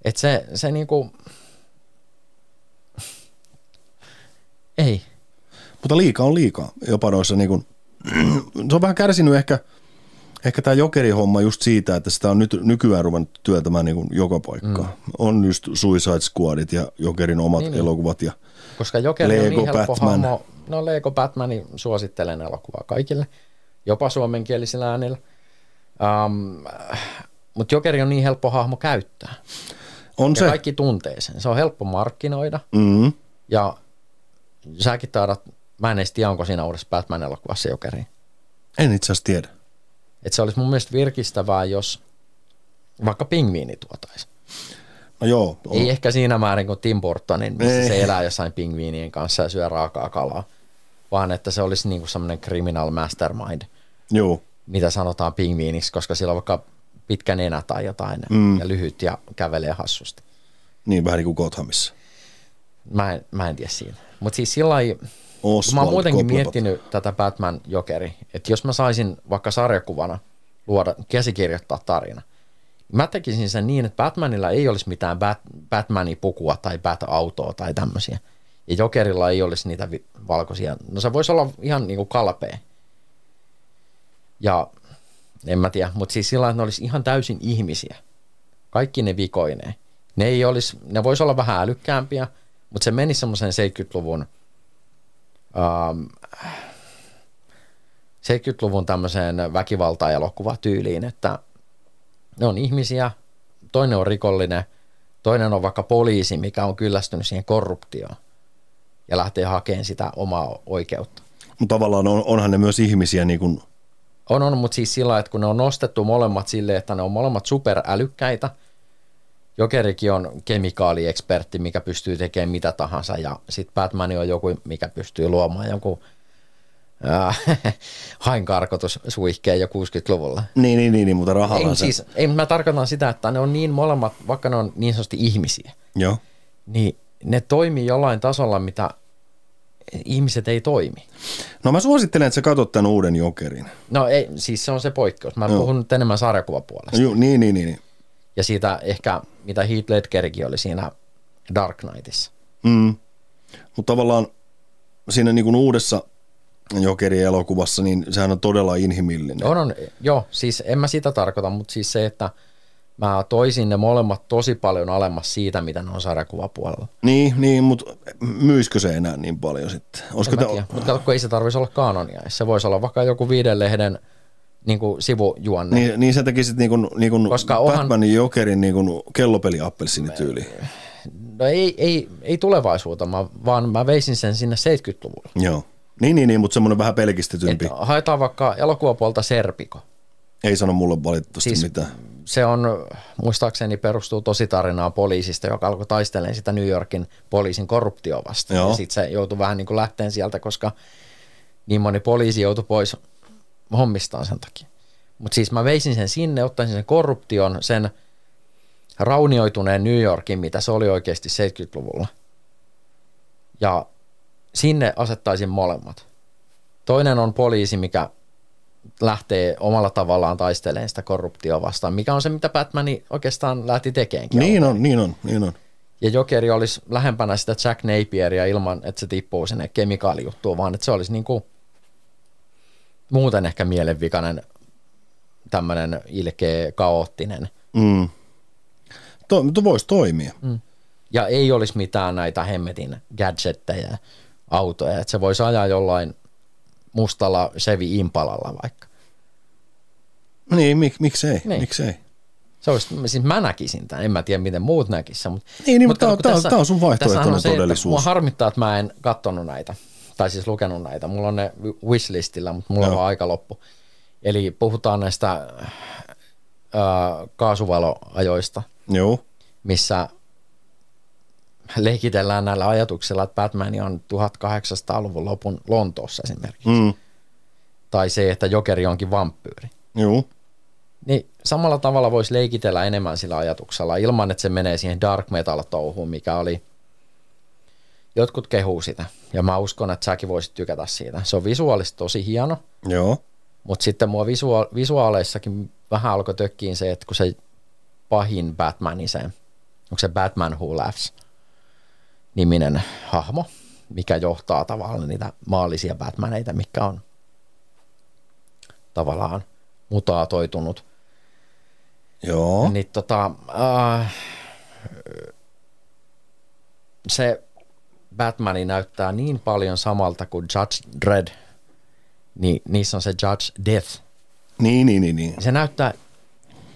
B: Et se, se niinku... (laughs) Ei.
A: Mutta liikaa on liikaa jopa noissa. Niin kuin, (clears throat) se on vähän kärsinyt ehkä, ehkä tämä jokerihomma just siitä, että sitä on nyt nykyään ruvennut työtämään niin kuin joka paikkaan. Mm. On just Suicide Squadit ja jokerin omat
B: Niin,
A: niin,
B: niin.
A: elokuvat. Ja,
B: Koska Jokeri on niin
A: Lego
B: helppo
A: Batman.
B: hahmo. No Lego Batmanin suosittelen elokuvaa kaikille, jopa suomenkielisillä äänillä. Um, Mutta Jokeri on niin helppo hahmo käyttää.
A: on
B: Ja
A: se.
B: kaikki tuntee sen. Se on helppo markkinoida.
A: Mm,
B: Ja säkin taidat, mä en edes tiedä, onko siinä uudessa Batman-elokuvassa Jokeri.
A: en itse asiassa tiedä.
B: Et se olisi mun mielestä virkistävää, jos vaikka pingviini tuotaisiin.
A: No joo, on,
B: Ei ehkä siinä määrin kuin Tim Burtonin, missä
A: Ei.
B: se elää jossain pingviinien kanssa ja syö raakaa kalaa, vaan että se olisi niinku semmoinen criminal mastermind,
A: joo.
B: mitä sanotaan pingviiniksi, koska sillä on vaikka pitkä nenä tai jotain mm. ja lyhyt ja kävelee hassusti.
A: Niin vähän niin kuin Gothamissa.
B: Mä en, mä en tiedä siitä. Mutta siis sillä lailla,
A: Oswald
B: mä oon muutenkin
A: Cobblepot.
B: miettinyt tätä Batman Jokeri, että jos mä saisin vaikka sarjakuvana luoda, käsikirjoittaa tarina, mä tekisin sen niin, että Batmanilla ei olisi mitään Bat- Batmanin pukua tai Bat-autoa tai tämmöisiä. Ja Jokerilla ei olisi niitä vi- valkoisia. No se voisi olla ihan niinku kalpea. Ja en mä tiedä, mutta siis sillä lailla, että ne olisi ihan täysin ihmisiä. Kaikki ne vikoineen. Ne, ei olisi, ne voisi olla vähän älykkäämpiä, mutta se meni semmoisen 70-luvun um, 70-luvun tämmöiseen väkivalta-elokuvatyyliin, että ne on ihmisiä, toinen on rikollinen, toinen on vaikka poliisi, mikä on kyllästynyt siihen korruptioon ja lähtee hakemaan sitä omaa oikeutta.
A: Mutta tavallaan on, onhan ne myös ihmisiä niin kuin,
B: On, on, mutta siis sillä lailla, että kun ne on nostettu molemmat silleen, että ne on molemmat superälykkäitä, Jokerikin on kemikaaliekspertti, mikä pystyy tekemään mitä tahansa, ja sitten Batman on joku, mikä pystyy luomaan jonkun äh, (laughs) hainkarkotussuihkeen jo 60-luvulla.
A: niin, niin, niin, niin mutta rahalla
B: Ei,
A: se.
B: siis, ei, mä tarkoitan sitä, että ne on niin molemmat, vaikka ne on niin sanotusti ihmisiä,
A: Joo.
B: niin ne toimii jollain tasolla, mitä ihmiset ei toimi.
A: No mä suosittelen, että sä katsot tämän uuden Jokerin.
B: No ei, siis se on se poikkeus. Mä puhun nyt enemmän sarjakuvapuolesta.
A: Joo, niin, niin, niin. niin.
B: Ja siitä ehkä, mitä Heath Ledgerkin oli siinä Dark Knightissa.
A: Mm. Mutta tavallaan siinä niin kuin uudessa Jokerin elokuvassa, niin sehän on todella inhimillinen.
B: On, on, joo, siis en mä sitä tarkoita, mutta siis se, että mä toisin ne molemmat tosi paljon alemmas siitä, mitä ne on sarjakuvapuolella.
A: Niin, niin, mutta myisikö se enää niin paljon sitten? Olisiko
B: En mä
A: te...
B: tiedä, Mutta kato, kun ei se tarvitsisi olla kanonia. Se voisi olla vaikka joku viiden lehden niin kuin sivujuonne. Niin.
A: Niin, niin sä tekisit niin kuin, niin kuin
B: Koska onhan-
A: Batmanin Jokerin niin kuin kellopeli appelsiinityyli.
B: No ei, ei, ei tulevaisuutta, mä, vaan mä veisin sen sinne 70-luvulle.
A: Joo. Niin, niin, niin, mutta semmoinen vähän pelkistetympi.
B: Et haetaan vaikka elokuvapuolta Serpiko.
A: Ei sano mulle valitettavasti
B: Siis-
A: mitään.
B: Se on, muistaakseni perustuu tositarinaan poliisista, joka alkoi taistelemaan sitä New Yorkin poliisin korruptioa vastaan.
A: Joo.
B: Ja sitten se joutui vähän niin kuin lähteen sieltä, koska niin moni poliisi joutui pois hommistaan sen takia. Mutta siis mä veisin sen sinne, ottaisin sen korruption, sen raunioituneen New Yorkin, mitä se oli oikeasti 70-luvulla. Ja sinne asettaisin molemmat. Toinen on poliisi, mikä lähtee omalla tavallaan taistelemaan sitä korruptioa vastaan, mikä on se, mitä Batman oikeastaan lähti tekemään.
A: Niin on, niin on, niin on.
B: Ja Jokeri olisi lähempänä sitä Jack Napieria ilman, että se tippuu sinne kemikaalijuttuun, vaan että se olisi niin kuin muuten ehkä mielenvikainen tämmöinen ilkeä, kaoottinen.
A: Mm. To, to voisi toimia.
B: Mm. Ja ei olisi mitään näitä hemmetin gadgetteja ja autoja, että se voisi ajaa jollain mustalla Chevy Impalalla vaikka.
A: Niin, mik, miksei,
B: Niin.
A: miksei.
B: Se olisi, siis mä näkisin tämän, en mä tiedä miten muut näkisivät. Mutta,
A: Niin, niin,
B: mutta
A: mutta
B: kun
A: tää on-
B: tässä-
A: tää on sun vaihtoehtoinen
B: tässähän on se, että
A: todellisuus.
B: Mua harmittaa, että mä en kattonut näitä, tai siis lukenut näitä. Mulla on ne wi- wishlistillä, mutta mulla on
A: Joo.
B: vaan aika loppu. Eli puhutaan näistä äh, kaasuvaloajoista,
A: Joo.
B: missä leikitellään näillä ajatuksilla, että Batman on 1800-luvun lopun Lontoossa esimerkiksi.
A: Mm.
B: Tai se, että Jokeri onkin vampyyri.
A: Joo.
B: Niin samalla tavalla voisi leikitellä enemmän sillä ajatuksella ilman, että se menee siihen dark metal-touhuun, mikä oli... Jotkut kehuu sitä, ja mä uskon, että säkin voisit tykätä siitä. Se on visuaalisesti tosi hieno,
A: Joo.
B: mutta sitten mua visua- visuaaleissakin vähän alkoi tökkiin se, että kun se pahin Batman, niin se, onko se Batman Who Laughs niminen hahmo, mikä johtaa tavallaan niitä maallisia Batmaneita, mikä on tavallaan mutaatoitunut
A: Joo.
B: niin tota, äh, se Batmani näyttää niin paljon samalta kuin Judge Dredd, niin niissä on se Judge Death.
A: Niin, niin, niin, niin.
B: Se näyttää,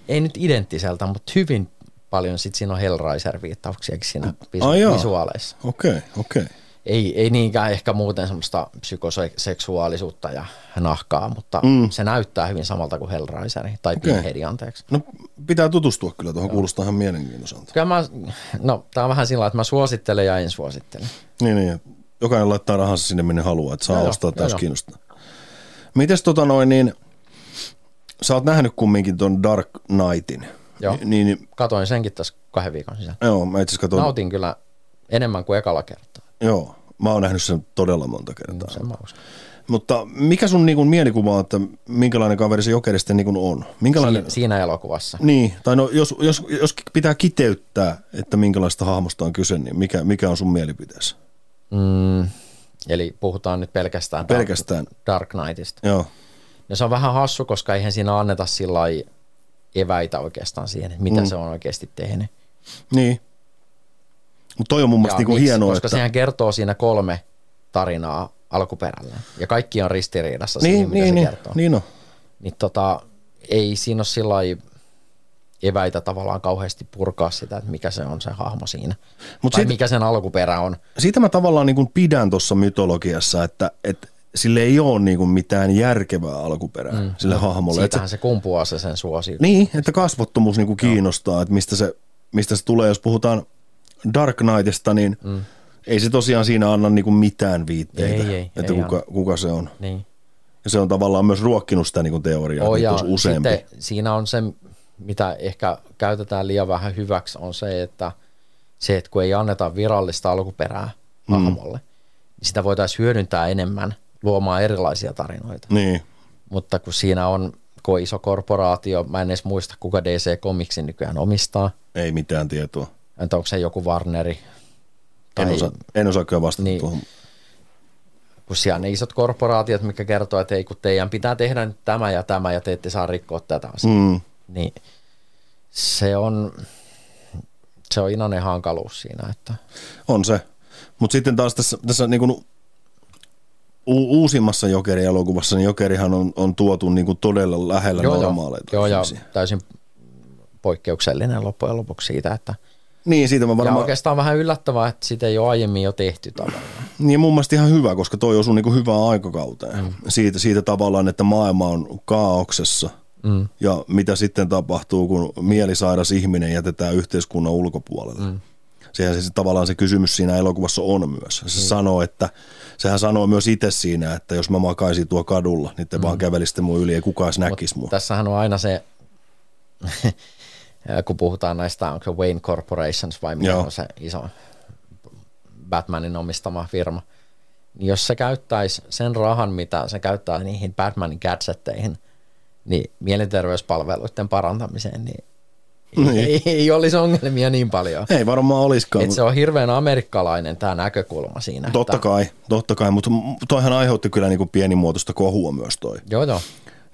B: ei nyt identtiseltä, mutta hyvin paljon sit siinä on Hellraiser-viittauksiakin siinä visu-
A: Ai Ah, joo.
B: visuaaleissa.
A: Okei, okei.
B: Ei, ei niinkään ehkä muuten semmoista psykoseksuaalisuutta ja nahkaa, mutta mm. se näyttää hyvin samalta kuin Hellraiser tai okay. Pinhead, anteeksi.
A: No pitää tutustua kyllä tuohon, kuulostaa ihan mielenkiintoiselta.
B: Kyllä mä, no tää on vähän sillä lailla, että mä suosittelen ja en suosittele.
A: Niin, niin. Jokainen laittaa rahansa sinne, minne haluaa, että saa
B: Joo,
A: ostaa,
B: joo,
A: että jos
B: joo.
A: kiinnostaa. Mites tota noin, niin sä oot nähnyt kumminkin ton Dark Knightin.
B: Joo.
A: Niin, niin,
B: Katoin senkin tässä kahden viikon sisällä.
A: joo, mä itse asiassa katson,
B: Nautin kyllä enemmän kuin ekalla kertaa.
A: joo, mä oon nähnyt sen todella monta kertaa.
B: Sen mä uskon.
A: Mutta mikä sun niin kuin, mielikuva on, että minkälainen kaveri se jokeri sitten niin kuin on? Minkälainen,
B: Siinä, siinä elokuvassa.
A: Niin, tai no, jos, jos, jos pitää kiteyttää, että minkälaista hahmosta on kyse, niin mikä, mikä on sun mielipiteessä?
B: Mm, eli puhutaan nyt pelkästään,
A: Pelkästään.
B: Dark Knightista.
A: Joo,
B: Ja se on vähän hassu, koska eihän siinä anneta sillä lailla eväitä oikeastaan siihen, että mitä mm. se on oikeasti tehnyt.
A: niin. Mutta toi on mun mielestä niinku
B: miksi?
A: hienoa,
B: koska
A: että...
B: sehän kertoo siinä kolme tarinaa alkuperällä. Ja kaikki on ristiriidassa niin, siihen,
A: Niin,
B: mitä niin,
A: niin,
B: se
A: niin,
B: kertoo. Niin,
A: niin on.
B: niin tota, ei siinä ole sillä lailla eväitä tavallaan kauheasti purkaa sitä, että mikä se on se hahmo siinä.
A: Mut
B: tai
A: sit-
B: mikä sen alkuperä on.
A: Siitä mä tavallaan niinku pidän tuossa mytologiassa, että, että sille ei ole niinku mitään järkevää alkuperää mm. sille hahmolle. Et se-
B: Siitähän se kumpuaa se sen suosio.
A: Niin, että kasvottomuus niinku kiinnostaa, että mistä se, mistä se tulee. Jos puhutaan Dark Knightista, niin mm. ei se tosiaan siinä anna niinku mitään viitteitä,
B: Ei, ei,
A: että
B: ei
A: kuka, kuka se on.
B: Niin.
A: Ja se on tavallaan myös ruokkinut sitä niinku teoriaa,
B: Oh,
A: oh,
B: ja
A: että useampi.
B: sitten
A: Sitten,
B: siinä on se, mitä ehkä käytetään liian vähän hyväksi, on se, että se, että kun ei anneta virallista alkuperää hahmolle, niin sitä voitaisiin hyödyntää enemmän luomaan erilaisia tarinoita.
A: niin,
B: Mutta kun siinä on kun on iso korporaatio, mä en edes muista, kuka DC Comicsin nykyään omistaa.
A: ei mitään tietoa.
B: Entä onko se joku Warneri?
A: En, osaa, en osaa kyllä vastata
B: Niin.
A: niin. tuohon.
B: kun siellä on ne isot korporaatiot, mikä kertoo, että ei kun teidän pitää tehdä nyt tämä ja tämä ja te ette saa rikkoa tätä asiaa.
A: Mm,
B: Niin se on, se on inainen hankaluus siinä, että
A: on se. Mutta sitten taas tässä, tässä niinku u- uusimmassa Jokeri-elokuvassa, niin Jokerihan on, on tuotu niinku todella lähellä normaaleita.
B: joo, joo,
A: ihmisiä.
B: täysin poikkeuksellinen loppujen lopuksi siitä, että
A: Niin, siitä mä
B: Varmaan. ja
A: varmaan...
B: oikeastaan vähän yllättävää, että sitä ei ole aiemmin jo tehty tavallaan.
A: Niin mun mielestä ihan hyvä, koska toi osuu niinku hyvään aikakauteen. Mm. Siitä, siitä tavallaan, että maailma on kaauksessa. Mm. Ja mitä sitten tapahtuu, kun mielisairas ihminen jätetään yhteiskunnan ulkopuolelle. Mm. Sehän se, se tavallaan se kysymys siinä elokuvassa on myös. Se mm. sanoo, että, sehän sanoo myös itse siinä, että jos mä makaisin tuo kadulla, niin te mm. vaan kävelisitte mun yli, ei kukaan edes näkisi mua.
B: Tässähän on aina se, (laughs) kun puhutaan näistä, onko se Wayne Corporations vai mikä
A: Joo.
B: on se iso Batmanin omistama firma, niin jos se käyttäisi sen rahan, mitä se käyttää niihin Batmanin gadgetteihin, niin mielenterveyspalveluiden parantamiseen, niin
A: Niin.
B: ei, ei olisi ongelmia niin paljon.
A: Ei varmaan olisikaan.
B: Et se on hirveän amerikkalainen tämä näkökulma siinä.
A: Totta
B: että,
A: kai, totta kai, mutta toihan aiheutti kyllä niinku pienimuotoista kohua myös toi
B: Joo, joo.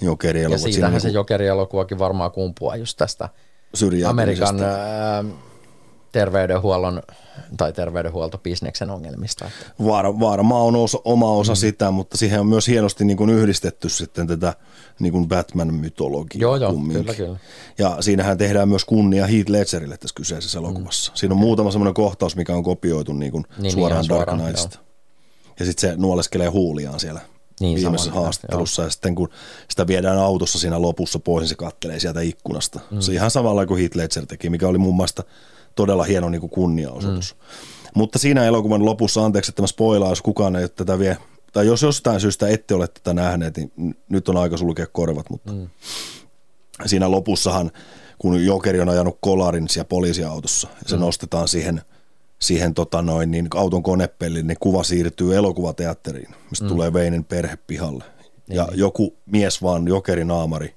A: jokeri
B: Ja siitähän
A: niin niinku
B: se jokerielokuvakin varmaan kumpuaa just tästä Amerikan ää, terveydenhuollon tai terveydenhuoltobisneksen ongelmista. Että,
A: Vaara, varmaan on osa, oma osa mm. sitä, mutta siihen on myös hienosti niin kuin yhdistetty sitten tätä niin kuin Batman-mytologiaa.
B: Joo, joo,
A: kumminkin.
B: kyllä, kyllä.
A: Ja siinähän tehdään myös kunnia Heath Ledgerille tässä kyseisessä elokuvassa. Siinä on muutama semmoinen kohtaus, mikä on kopioitu niin kuin
B: Mm. Niin,
A: niin, suoraan
B: ihan
A: Dark
B: suoraan,
A: Knightista. Ja sitten se nuoleskelee huuliaan siellä
B: Niin,
A: niin, viimeisessä
B: saman-
A: haastattelussa. Ja sitten kun sitä viedään autossa siinä lopussa pois, niin se kattelee sieltä ikkunasta. Mm. Se ihan samalla kuin Heath Ledger teki, mikä oli mun mielestä todella hieno niin kuin kunniaosoitus. Mm. Mutta siinä elokuvan lopussa, anteeksi, että mä spoilaan, jos kukaan ei ole tätä vie, tai jos jostain syystä ette ole tätä nähneet, niin n- nyt on aika sulkea korvat, mutta mm. siinä lopussahan, kun Jokeri on ajanut kolarin siellä poliisiautossa, ja se mm. nostetaan siihen, siihen tota noin, niin auton konepellin, niin kuva siirtyy elokuvateatteriin, mistä mm. tulee Veinen perhe pihalle. Niin. Ja joku mies vaan Jokeri-naamari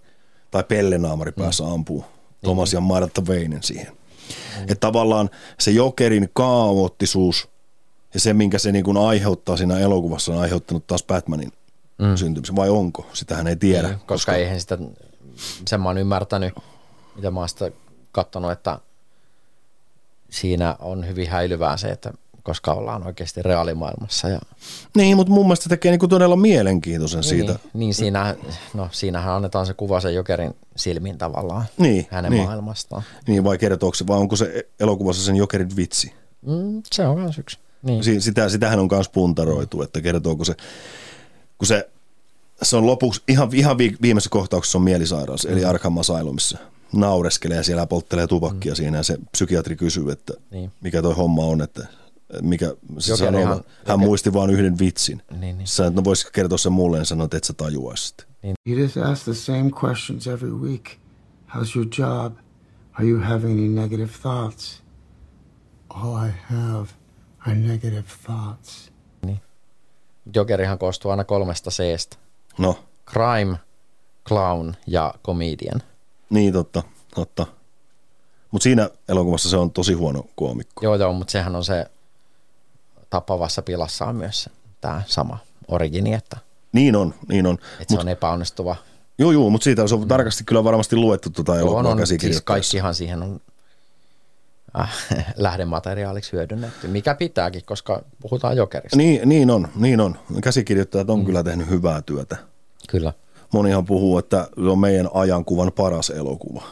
A: tai pellenaamari päässä mm. ampuu Thomas ja Martta Veinen siihen. Mm. Että tavallaan se Jokerin kaoottisuus ja se, minkä se niin kuin aiheuttaa siinä elokuvassa, on aiheuttanut taas Batmanin mm. syntymisen. Vai onko? Sitähän ei tiedä.
B: koska, koska eihän sitä, sen mä oon ymmärtänyt, mitä mä oon sitä katsonut, että siinä on hyvin häilyvää se, että koska ollaan oikeasti reaalimaailmassa. Ja,
A: Niin, mutta mun mielestä se tekee niin kuin todella mielenkiintoisen niin. siitä.
B: Niin, niin siinä, no, siinähän annetaan se kuva sen jokerin silmin tavallaan
A: Niin,
B: hänen
A: niin.
B: maailmastaan.
A: Niin, vai kertooko se, vai onko se elokuvassa sen Jokerin vitsi?
B: Mm, se on myös yksi. Niin.
A: Si- sitä, sitähän on myös puntaroitu, että kertooko se, kun se, se on lopuksi, ihan, ihan vi- viimeisessä kohtauksessa on mielisairaus, eli Arkham Asylumissa. Naureskelee siellä ja polttelee tupakkia mm. siinä ja se psykiatri kysyy, että
B: Niin.
A: niin. mikä toi homma on, että mikä, se
B: Jokerihan-
A: sanoo, hän muisti vain yhden vitsin.
B: Niin, niin.
A: Sä, no voisiko kertoa sen mulle, niin sanoin, että et sä tajuaisi sitä.
C: You just ask the same questions every week. How's your job? Are you having any negative thoughts? All I have are negative thoughts.
B: Jokerihan koostuu aina kolmesta seestä.
A: No,
B: Crime, clown ja comedian.
A: niin totta, totta. Mutta siinä elokuvassa se on tosi huono koomikko.
B: Joo, joo, mutta sehän on se tappavassa pilassa on myös tämä sama origini, että,
A: Niin on, niin on.
B: että se on epäonnistuva.
A: Joo, joo, mutta siitä se on tarkasti kyllä varmasti luettu tuota
B: Joo,
A: elokuvaa
B: on, on siis
A: käsikirjoittaa.
B: kaikkihan siihen on äh, (laughs) lähdemateriaaliksi hyödynnetty, mikä pitääkin, koska puhutaan jokerista.
A: Niin, niin on, niin on. Käsikirjoittajat on mm. kyllä tehnyt hyvää työtä.
B: Kyllä.
A: Monihan puhuu, että se on meidän ajankuvan paras elokuva.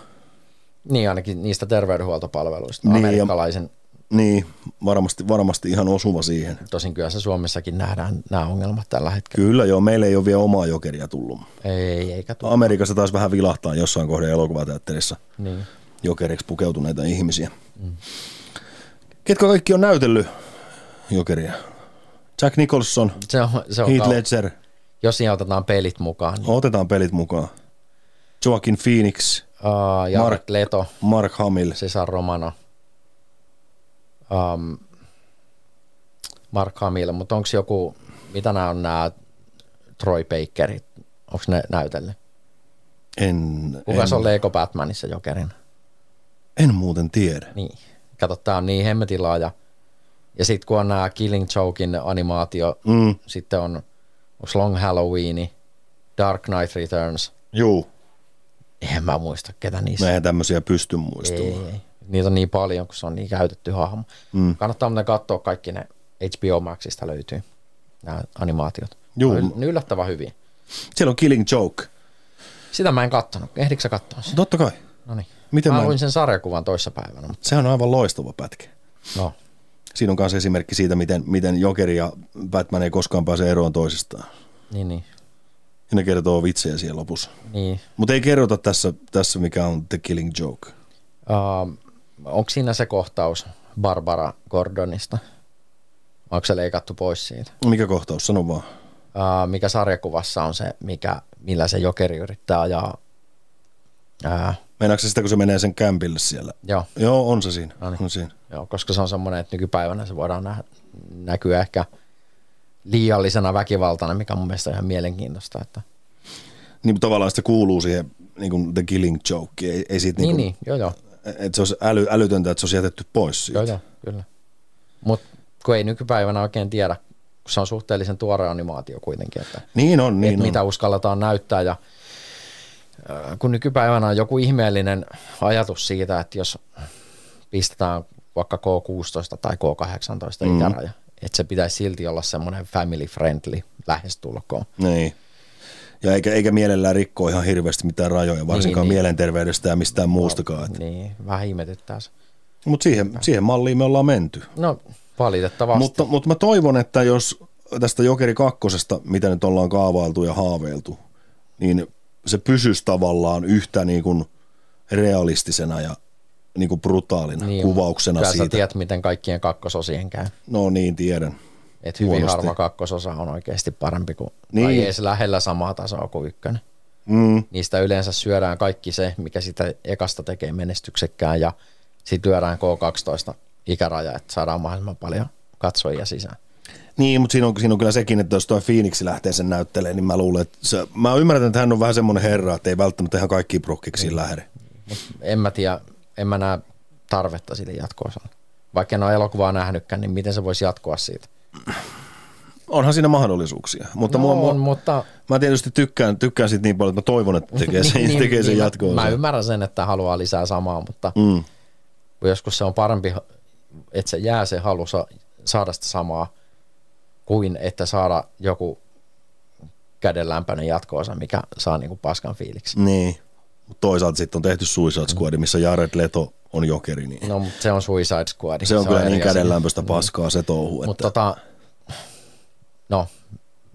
B: Niin ainakin niistä terveydenhuoltopalveluista,
A: Niin,
B: niin,
A: ja-
B: amerikkalaisen.
A: Niin, varmasti, varmasti ihan osuva siihen.
B: Tosin kyllä se Suomessakin nähdään nämä ongelmat tällä hetkellä.
A: Kyllä joo, meillä ei ole vielä omaa jokeria tullut.
B: Ei, eikä tule.
A: Amerikassa taas vähän vilahtaa jossain kohden elokuvateatterissa
B: Niin.
A: jokeriksi pukeutuneita ihmisiä. Mm. Ketkä kaikki on näytellyt jokeria? Jack Nicholson,
B: Se on, se on
A: Heath
B: kau-
A: Ledger,
B: jos siihen otetaan pelit mukaan. Niin,
A: otetaan pelit mukaan. Joaquin Phoenix,
B: uh, ja
A: Mark-
B: Mark Leto,
A: Mark Hamill,
B: Cesar Romano, um, Mark Hamill, mutta onko joku, mitä nämä on nämä Troy Bakerit, onko ne näytellyt?
A: en,
B: Kuka se on
A: en,
B: Lego Batmanissa jokerina?
A: en muuten tiedä.
B: Niin. Kato, tää on niin hemmetilaa ja, ja sitten kun on nämä Killing Jokein animaatio,
A: Mm,
B: sitten on onks Long Halloween, Dark Knight Returns,
A: juu,
B: en mä muista ketä niissä.
A: eihän tämmöisiä pysty
B: Ei,
A: muistamaan.
B: ei. Niitä on niin paljon, kun se on niin käytetty hahmo.
A: Mm.
B: Mm. Kannattaa muuten katsoa kaikki ne HBO Maxista löytyy, nämä animaatiot.
A: Juu.
B: Ne on yll- Ne yllättävän hyviä.
A: Siellä on Killing Joke.
B: Sitä mä en kattonut. Ehdikö sä katsoa sen?
A: Totta kai.
B: Noniin.
A: Miten
B: mä,
A: mä en-
B: luin sen sarjakuvan toissapäivänä, mutta
A: Sehän on aivan loistava pätkä.
B: no,
A: Siinä on myös esimerkki siitä, miten, miten Jokeri ja Batman ei koskaan pääse eroon toisistaan.
B: niin, niin,
A: Ja ne kertoo vitsejä siellä lopussa.
B: niin.
A: Mutta ei kerrota tässä, tässä, mikä on The Killing Joke.
B: Uh, onko siinä se kohtaus Barbara Gordonista? Onko se leikattu pois siitä?
A: Mikä kohtaus? Sano vaan.
B: Uh, mikä sarjakuvassa on se, mikä, millä se jokeri yrittää ajaa? Uh,
A: Meinaatko se sitä, kun se menee sen kämpille siellä?
B: joo.
A: Joo, on se siinä.
B: No niin.
A: On siinä.
B: Joo, koska se on semmoinen, että nykypäivänä se voidaan nä- näkyä ehkä liiallisena väkivaltana, mikä on mun mielestä ihan mielenkiintoista. Että,
A: Niin tavallaan sitä kuuluu siihen niin kuin The Killing Joke. Ei, ei siitä, niin,
B: niin, niin, joo, joo,
A: kuin, että se olisi äly, älytöntä, että se olisi jätetty pois siitä.
B: joo, joo, kyllä. Mutta kun ei nykypäivänä oikein tiedä, kun se on suhteellisen tuore animaatio kuitenkin, että,
A: Niin on,
B: niin
A: niin
B: että
A: on.
B: mitä uskalletaan näyttää ja äh, kun nykypäivänä on joku ihmeellinen ajatus siitä, että jos pistetään vaikka K16 tai K18 mm. ikäraja, että se pitäisi silti olla semmoinen family friendly lähestulkoon.
A: Niin. Ja eikä, eikä mielellään rikkoa ihan hirveästi mitään rajoja, varsinkaan niin,
B: niin.
A: mielenterveydestä ja mistään muustakaan. Että
B: Niin, vähän ihmetyttää se.
A: Mutta siihen, siihen malliin me ollaan menty.
B: No, valitettavasti.
A: Mutta, mutta mä toivon, että jos tästä Jokeri kakkosesta, mitä nyt ollaan kaavailtu ja haaveiltu, niin se pysyisi tavallaan yhtä niin kuin realistisena ja niin kuin brutaalina niin, kuvauksena
B: kyllä sä
A: siitä.
B: tiedät, miten kaikkien kakkososien käy.
A: No niin, tiedän.
B: Et hyvin
A: Huonosti.
B: Huonosti. harva kakkososa on oikeasti parempi kuin, niin. tai
A: Niin.
B: edes lähellä samaa tasoa kuin ykkönen.
A: Mm,
B: Niistä yleensä syödään kaikki se, mikä sitä ekasta tekee menestyksekkään ja sitten lyödään K12 ikäraja, että saadaan mahdollisimman paljon katsojia sisään.
A: niin, mutta siinä on, siinä on kyllä sekin, että jos toi Phoenix lähtee sen näyttelemään, niin mä luulen, että se, mä ymmärrän, että hän on vähän semmoinen herra, että ei välttämättä ihan kaikki prokkiksi
B: Niin.
A: lähde.
B: En mä tiedä, en mä näe tarvetta sille jatko Vaikka en ole elokuvaa nähnytkään, niin miten se voisi jatkoa siitä?
A: Onhan siinä mahdollisuuksia, mutta
B: No
A: mua, mua,
B: on, mutta
A: Mä tietysti tykkään, tykkään siitä niin paljon, että mä toivon, että (laughs)
B: (laughs)
A: tekee sen, niin, tekee sen
B: mä-
A: jatkoon.
B: Mä ymmärrän sen, että haluaa lisää samaa, mutta mm.
A: mm,
B: joskus se on parempi, että se jää se halu sa- saada sitä samaa, kuin että saada joku kädenlämpöinen jatkoosa, mikä saa niinku paskan fiiliksi.
A: niin. Mut toisaalta sitten on tehty Suicide Squad, missä Jared Leto on jokeri, niin
B: No, mutta se on Suicide Squad.
A: se on kyllä
B: eri
A: niin
B: asia.
A: kädenlämpöistä paskaa se touhu.
B: Mutta
A: Että,
B: tota, no,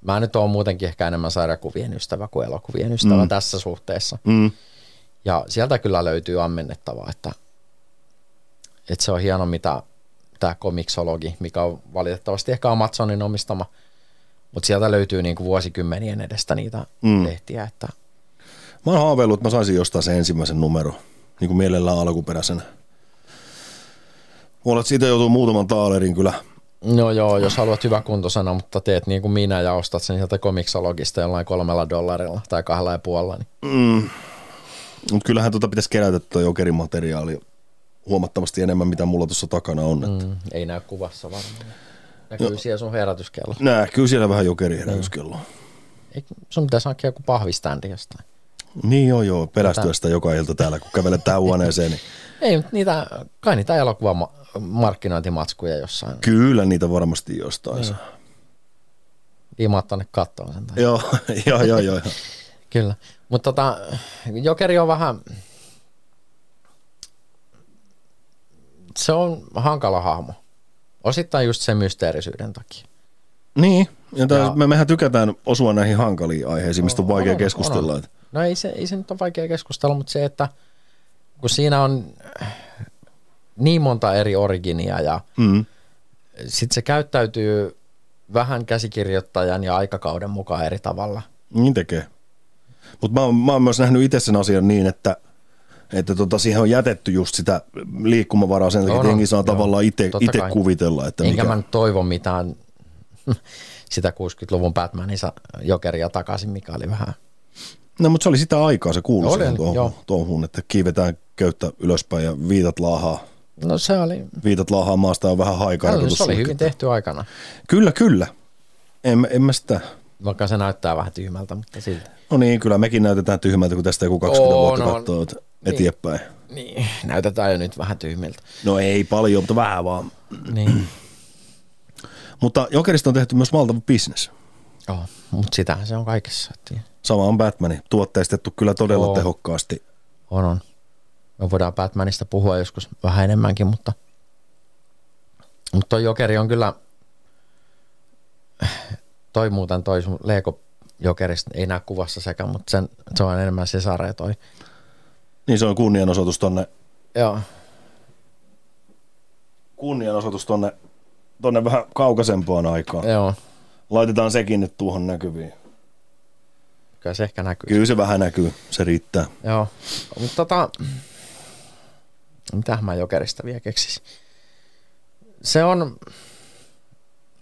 B: mä nyt oon muutenkin ehkä enemmän sarjakuvien ystävä kuin elokuvien ystävä mm. tässä suhteessa.
A: mm,
B: Ja sieltä kyllä löytyy ammennettavaa, että, että se on hieno, mitä tämä komiksologi, mikä on valitettavasti ehkä Amazonin omistama, Mutta sieltä löytyy niinku vuosikymmenien edestä niitä mm. lehtiä, että
A: Mä oon haaveillut, että mä saisin jostain sen ensimmäisen numero, niin kuin mielellään alkuperäisenä. Voi olla, että siitä joutuu muutaman taalerin kyllä.
B: No joo, jos haluat hyvä kuntosana, mutta teet niin kuin minä ja ostat sen sieltä komiksologista jollain kolmella dollarilla tai kahdella ja puolella, niin
A: Mutta kyllähän tota pitäisi kerätä tuo jokerimateriaali huomattavasti enemmän, mitä mulla tuossa takana on. Mm.
B: mm, ei näy kuvassa varmaan. Näkyy no. siellä sun herätyskello.
A: Nää, kyllä siellä vähän jokeriheräyskelloa.
B: Eikö sun pitäisi hankkia joku pahviständi jostain.
A: Niin joo joo,
B: Tota-
A: perästyä sitä joka ilta täällä, kun kävelet tähän huoneeseen. Niin
B: Ei, mutta niitä, kai niitä elokuvamarkkinointimatskuja jossain.
A: kyllä niitä varmasti jostain saa.
B: Imaa tonne kattoon sen tai.
A: Joo, (laughs) joo, joo, joo. joo.
B: Kyllä. Mutta tota, Jokeri on vähän... Se on hankala hahmo. Osittain just sen mysteerisyyden takia.
A: Niin, ja tää, me, mehän tykätään osua näihin hankaliin aiheisiin, mistä on vaikea
B: on,
A: keskustella.
B: on.
A: et-
B: No ei se, ei se nyt ole vaikea keskustella, mutta se, että kun siinä on äh, niin monta eri originia ja
A: Mm.
B: sitten se käyttäytyy vähän käsikirjoittajan ja aikakauden mukaan eri tavalla.
A: Niin tekee. Mutta mä, oon- mä oon myös nähnyt itse sen asian niin, että, että tota, siihen on jätetty just sitä liikkumavaraa sen takia,
B: On,
A: että
B: on.
A: jengi saa
B: Joo.
A: tavallaan itse
B: Totta kai.
A: kuvitella, että
B: Enkä
A: mikä...
B: mä nyt toivo mitään (laughs) sitä 60-luvun Batmanissa jokeria takaisin, mikä oli vähän.
A: No mutta se oli sitä aikaa, se kuului
B: Oli,
A: siihen tuohon,
B: joo.
A: tuohon, että kiivetään köyttä ylöspäin ja viitat laahaa.
B: No se oli,
A: Viitat laahaa maasta on vähän haikaa.
B: se oli hyvin tehty aikana,
A: Kyllä, kyllä. En, mä- en mä sitä...
B: vaikka se näyttää vähän tyhmältä, mutta silti.
A: No niin, kyllä mekin näytetään tyhmältä, kun tästä joku 20
B: Oo,
A: vuotta
B: no,
A: katsoo et- eteenpäin.
B: Niin, näytetään jo nyt vähän tyhmiltä.
A: No ei paljon, mutta vähän vaan.
B: Niin.
A: Mutta Jokerista on tehty myös valtava bisnes.
B: Joo, mutta sitähän se on kaikessa. että
A: Sama on Batman. Tuotteistettu kyllä todella
B: Oo.
A: tehokkaasti.
B: On, on. Me voidaan Batmanista puhua joskus vähän enemmänkin, mutta, mutta toi jokeri on kyllä, toi muuten toi sun Lego jokerista, ei näe kuvassa sekä, mutta sen, se on enemmän sesare toi.
A: Niin se on kunnianosoitus tonne,
B: Joo,
A: kunnianosoitus tonne, tonne vähän kaukaisempaan aikaan.
B: joo.
A: Laitetaan sekin nyt tuohon näkyviin.
B: Kyllä se ehkä näkyy.
A: Kyllä se vähän näkyy, se riittää.
B: Joo, mutta tota, mitähän mä jokerista vielä keksisin. Se on,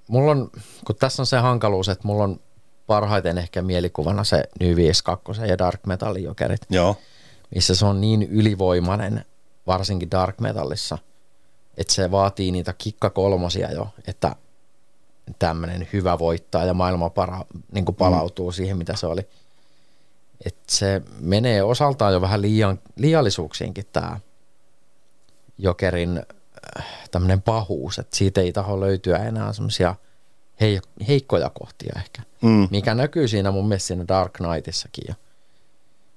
B: mulla on, kun tässä on se hankaluus, että mulla on parhaiten ehkä mielikuvana se New 52 ja Dark Metalin jokerit,
A: Joo.
B: missä se on niin ylivoimainen, varsinkin Dark Metalissa, että se vaatii niitä kikka kolmosia jo, että tämmöinen hyvä voittaa ja maailma para, niin kuin palautuu mm. siihen, mitä se oli. Et se menee osaltaan jo vähän liian, liiallisuuksiinkin tämä Jokerin äh, tämmöinen pahuus, että siitä ei taho löytyä enää semmoisia heikkoja kohtia ehkä,
A: Mm.
B: mikä näkyy siinä mun mielestä siinä Dark Knightissakin jo.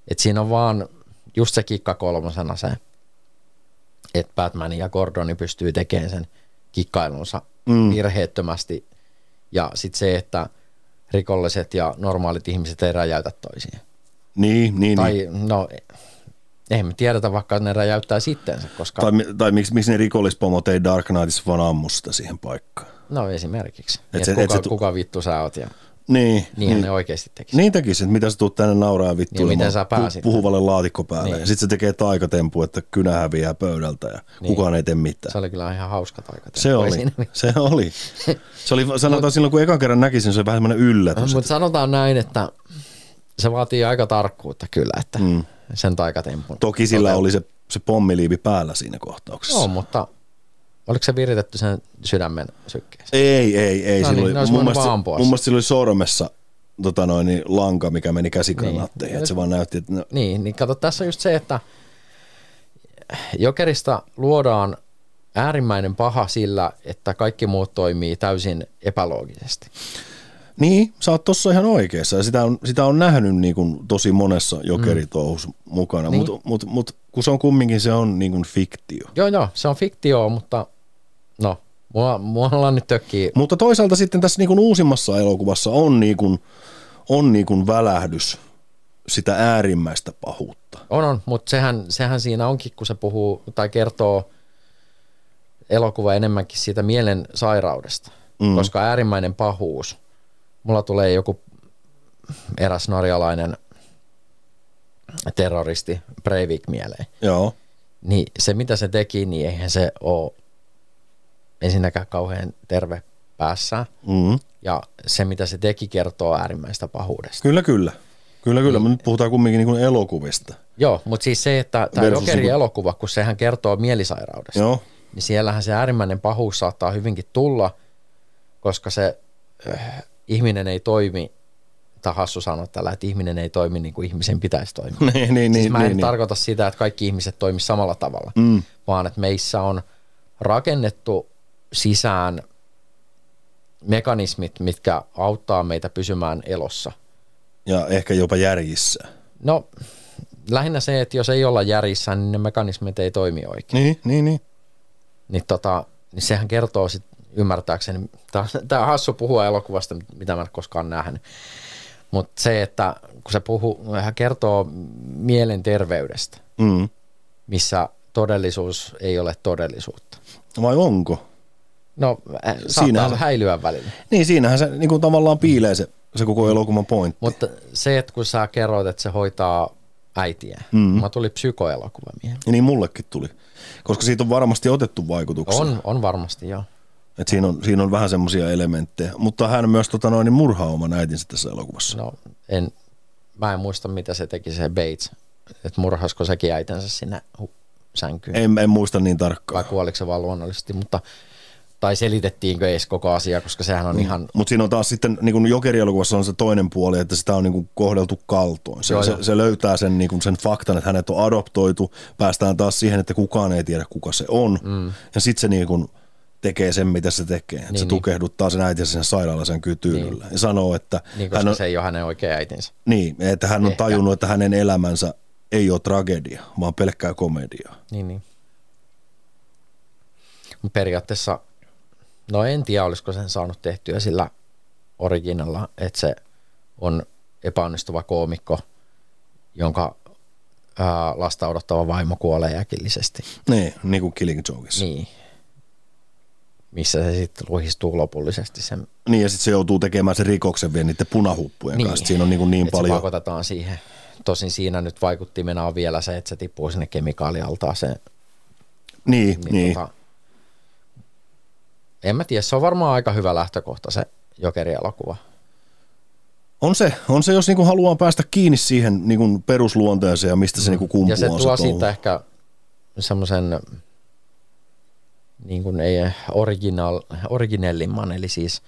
B: Et siinä on vaan just se kikka kolmosena se, että Batman ja Gordoni pystyy tekemään sen kikkailunsa
A: Mm.
B: mm. virheettömästi. Ja sitten se, että rikolliset ja normaalit ihmiset ei räjäytä toisiaan.
A: Niin, niin. niin.
B: Tai no, eihän me tiedetä vaikka ne räjäyttää sittensä, koska...
A: Tai, mi- tai miksi, miksi ne rikollispomot ei Dark Knightissa vaan ammu sitä siihen paikkaan?
B: No esimerkiksi.
A: Et se-
B: Et se,
A: et
B: kuka, et
A: se
B: se
A: tu-
B: kuka vittu sä oot ja
A: Niin.
B: niinhän
A: niin.
B: niin. ne oikeasti tekisi.
A: Niin tekisi, että mitä sä tuut tänne nauraa ja vittuilemaan
B: miten sä
A: pu-
B: pääsit?
A: puhuvalle laatikopäälle. Niin.
B: Niin.
A: Ja sitten se tekee taikatempu, että kynä häviää pöydältä ja niin.
B: Niin.
A: kukaan ei tee mitään.
B: Se oli kyllä ihan hauska taika.
A: Se oli, se oli. Se oli, sanotaan silloin, kun ekan kerran näkisin, se oli vähän semmoinen yllätys.
B: Mutta sanotaan näin, että se vaatii aika tarkkuutta kyllä, että mm. sen taikatempun.
A: Toki sillä oli se, se pommiliivi päällä siinä kohtauksessa.
B: Joo, mutta oliko se viritetty sen sydämen sykkeeseen?
A: Ei, ei, ei.
B: No
A: sillä
B: niin,
A: oli,
B: ne olisi
A: mun,
B: voinut
A: mielestä,
B: vaan
A: mun
B: ampua
A: mielestä sillä oli sormessa tota noin, niin lanka, mikä meni käsikranaattiin.
B: Niin.
A: Niin. Se vaan näytti, että no,
B: Niin, niin kato, tässä on just se, että jokerista luodaan äärimmäinen paha sillä, että kaikki muut toimii täysin epäloogisesti.
A: Niin, sä oot tossa ihan oikeassa ja sitä on, sitä on nähnyt niin kuin tosi monessa jokeritouhus mm. mukana, niin. mutta mut, mut, kun se on kumminkin se on niin kuin fiktio.
B: Joo, joo, se on fiktio, mutta no, mua, mua ollaan nyt tökkii.
A: Mutta toisaalta sitten tässä niin kuin uusimmassa elokuvassa on, niin kuin, on niin kuin välähdys sitä äärimmäistä pahuutta.
B: On, on, mutta sehän, sehän siinä onkin, kun se puhuu tai kertoo elokuva enemmänkin siitä mielen sairaudesta, mm. koska äärimmäinen pahuus mulla tulee joku eräs norjalainen terroristi Breivik mieleen.
A: Joo.
B: Niin se mitä se teki, niin eihän se ole ensinnäkään kauhean terve päässään.
A: Mm.
B: Ja se mitä se teki kertoo äärimmäistä pahuudesta.
A: Kyllä, kyllä. Kyllä, kyllä. Me nyt puhutaan kumminkin niin kuin elokuvista.
B: Joo, mutta siis se, että tämä
A: Versus
B: Jokerin
A: niinku-
B: elokuva, kun sehän kertoo mielisairaudesta,
A: Joo.
B: niin siellähän se äärimmäinen pahuus saattaa hyvinkin tulla, koska se äh, ihminen ei toimi, tai hassu sanoa tällä, että ihminen ei toimi niin kuin ihmisen pitäisi toimia.
A: (laughs) niin, (laughs) niin,
B: siis
A: niin,
B: mä en
A: niin, niin.
B: tarkoita sitä, että kaikki ihmiset toimii samalla tavalla,
A: Mm.
B: vaan että meissä on rakennettu sisään mekanismit, mitkä auttaa meitä pysymään elossa.
A: Ja ehkä jopa järjissä.
B: No, lähinnä se, että jos ei olla järjissä, niin ne mekanismit ei toimi oikein.
A: Niin, niin, niin.
B: Niin, tota, niin sehän kertoo sit ymmärtääkseni, tämä on hassu puhua elokuvasta, mitä mä en koskaan nähnyt, mutta se, että kun se puhuu, hän kertoo mielenterveydestä,
A: Mm.
B: missä todellisuus ei ole todellisuutta.
A: Vai onko?
B: No, äh,
A: Siinä
B: saattaa
A: on-
B: häilyä välillä.
A: Niin, siinähän se niin kuin tavallaan piilee se, se koko elokuvan pointti.
B: Mutta se, että kun sä kerroit, että se hoitaa äitiä, mm. mä tuli psykoelokuva mieleen.
A: Ja niin mullekin tuli. Koska siitä on varmasti otettu vaikutuksia.
B: On, on varmasti, joo.
A: Et siinä, on, siinä on vähän semmoisia elementtejä. Mutta hän myös tota noin, niin murhaa oman äitinsä tässä elokuvassa.
B: No, en, mä en muista, mitä se teki se Bates, että murhasko sekin äitensä sinne hu- sänkyyn.
A: En, en muista niin
B: Vai
A: tarkkaan.
B: kuoliko se vaan luonnollisesti, mutta tai selitettiinkö edes koko asia, koska sehän on ihan,
A: Mutta siinä on taas sitten, niin kuin Jokerielokuvassa on se toinen puoli, että sitä on niin kuin kohdeltu kaltoin. Se,
B: Joo,
A: se,
B: joo.
A: se löytää sen, niin kuin sen faktan, että hänet on adoptoitu. Päästään taas siihen, että kukaan ei tiedä, kuka se on. Mm. Ja sitten se niin kuin tekee sen, mitä se tekee. Niin, se
B: niin.
A: tukehduttaa sen äitinsä sen sairaalaisen kytyynyllä. Niin. Ja sanoo, että
B: niin
A: hän
B: koska
A: on,
B: se ei ole hänen oikea äitinsä.
A: niin, että hän on
B: Ehkä.
A: tajunnut, että hänen elämänsä ei ole tragedia, vaan pelkkää komediaa.
B: Niin, niin. Mut Periaatteessa, no en tiedä, olisiko sen saanut tehtyä sillä originalla, että se on epäonnistuva koomikko, jonka ää, lasta odottava vaimo kuolee äkillisesti.
A: Niin, niin kuin Killing Jokeissa. Niin.
B: Niin. Missä se sitten luhistuu lopullisesti sen,
A: niin ja sitten se joutuu tekemään sen rikoksen vielä niiden punahuppujen
B: Niin.
A: niin. kanssa. Siinä on niin, kuin niin
B: että se
A: paljon...
B: pakotetaan siihen. Tosin siinä nyt vaikuttimena on vielä se, että se tippuu sinne kemikaalialtaaseen.
A: Niin,
B: Niin
A: niin.
B: Tota, en mä tiedä, se on varmaan aika hyvä lähtökohta se Jokeri-elokuva.
A: On se, on se, jos niinku haluaa päästä kiinni siihen niinku perusluonteeseen ja mistä se niinku
B: Mm. ja se
A: kumpuaa.
B: tuo
A: touhu.
B: siitä ehkä semmoisen niin kuin ei original, originellimman, eli siis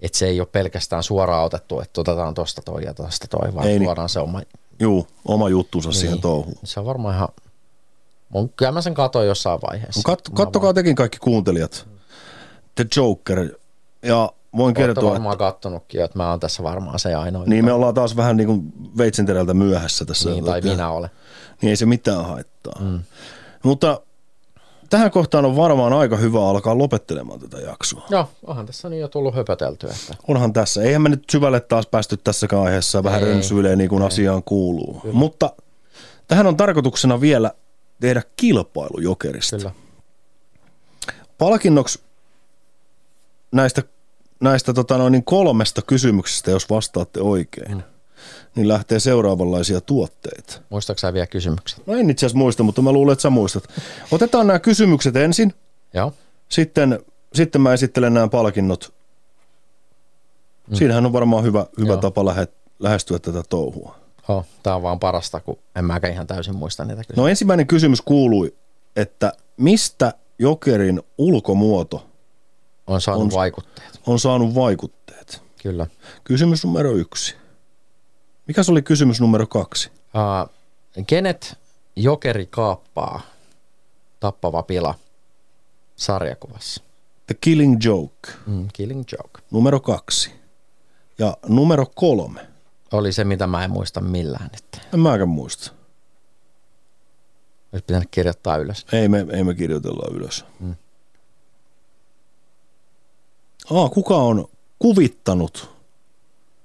B: että se ei ole pelkästään suoraan otettu, että otetaan tosta toi ja tosta toi, vaan
A: Ei
B: ei,
A: niin.
B: tuodaan se oma
A: Juu, oma juttuunsa niin. siihen
B: Niin.
A: touhuun.
B: Se on varmaan ihan... Mun, kyllä mä sen katoin jossain vaiheessa.
A: Kat, kattokaa tekin kaikki kuuntelijat. The Joker. Ja voin
B: Mä oon
A: kertoa, että,
B: varmaan kattonutkin jo, että mä oon tässä varmaan se ainoa.
A: niin me ollaan taas vähän niinku veitsenterältä myöhässä tässä.
B: niin tai minä olen.
A: Niin ei se mitään haittaa. Mm. Mutta tähän kohtaan on varmaan aika hyvä alkaa lopettelemaan tätä jaksoa.
B: Joo, onhan tässä nyt jo tullut höpöteltyä. Että
A: Onhan tässä. Eihän me nyt syvälle taas päästy tässäkään aiheessa vähän
B: Ei.
A: rönsyilee niin kuin asiaan kuuluu. Kyllä. Mutta tähän on tarkoituksena vielä tehdä kilpailu jokerista.
B: kyllä.
A: Palkinnoksi näistä, näistä tota noin, niin kolmesta kysymyksestä, jos vastaatte oikein, mm. niin lähtee seuraavanlaisia tuotteita.
B: Muistaaksä vielä kysymykset?
A: No en itse asiassa muista, mutta mä luulen, että sä muistat. Otetaan nämä kysymykset ensin,
B: Joo.
A: sitten, sitten mä esittelen nämä palkinnot. Mm. Siinähän on varmaan hyvä, hyvä
B: Joo.
A: tapa lähe, lähestyä tätä touhua.
B: Oh, tää on vaan parasta, kun en mäkään ihan täysin muista niitä kysymyksiä.
A: No ensimmäinen kysymys kuului, että mistä Jokerin ulkomuoto
B: No, on saanut
A: on-
B: on... vaikutteet.
A: on saanut vaikutteet?
B: Kyllä.
A: Kysymys numero yksi. Mikä se oli kysymys numero kaksi?
B: Uh, kenet Jokeri kaappaa tappava pila sarjakuvassa?
A: The Killing Joke,
B: Mm, killing Joke.
A: numero kaksi. Ja numero kolme.
B: Oli se, mitä mä en muista millään. Että
A: En mäkään muista.
B: olisi pitänyt kirjoittaa ylös.
A: Ei me, ei me kirjoitella ylös. Mm. Aa, kuka on kuvittanut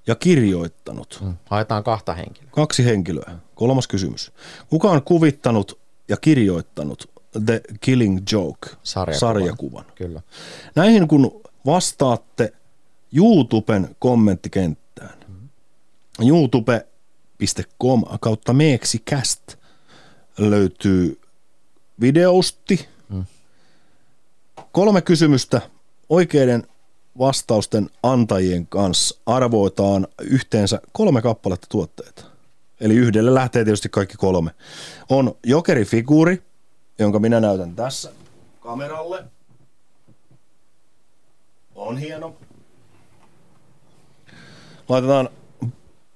A: ja kirjoittanut? Mm.
B: Haetaan kahta henkilöä.
A: Kaksi henkilöä. Kolmas kysymys. Kuka on kuvittanut ja kirjoittanut The Killing Joke
B: Sarjakuvan.
A: sarjakuvan?
B: Kyllä.
A: Näihin kun vastaatte YouTuben kommenttikenttään. YouTube.com kautta meeksikäst löytyy videousti. Kolme kysymystä oikeiden vastausten antajien kanssa arvoitaan yhteensä kolme kappaletta tuotteita. Eli yhdelle lähtee tietysti kaikki kolme. On jokerifiguuri, jonka minä näytän tässä kameralle. On hieno. Laitetaan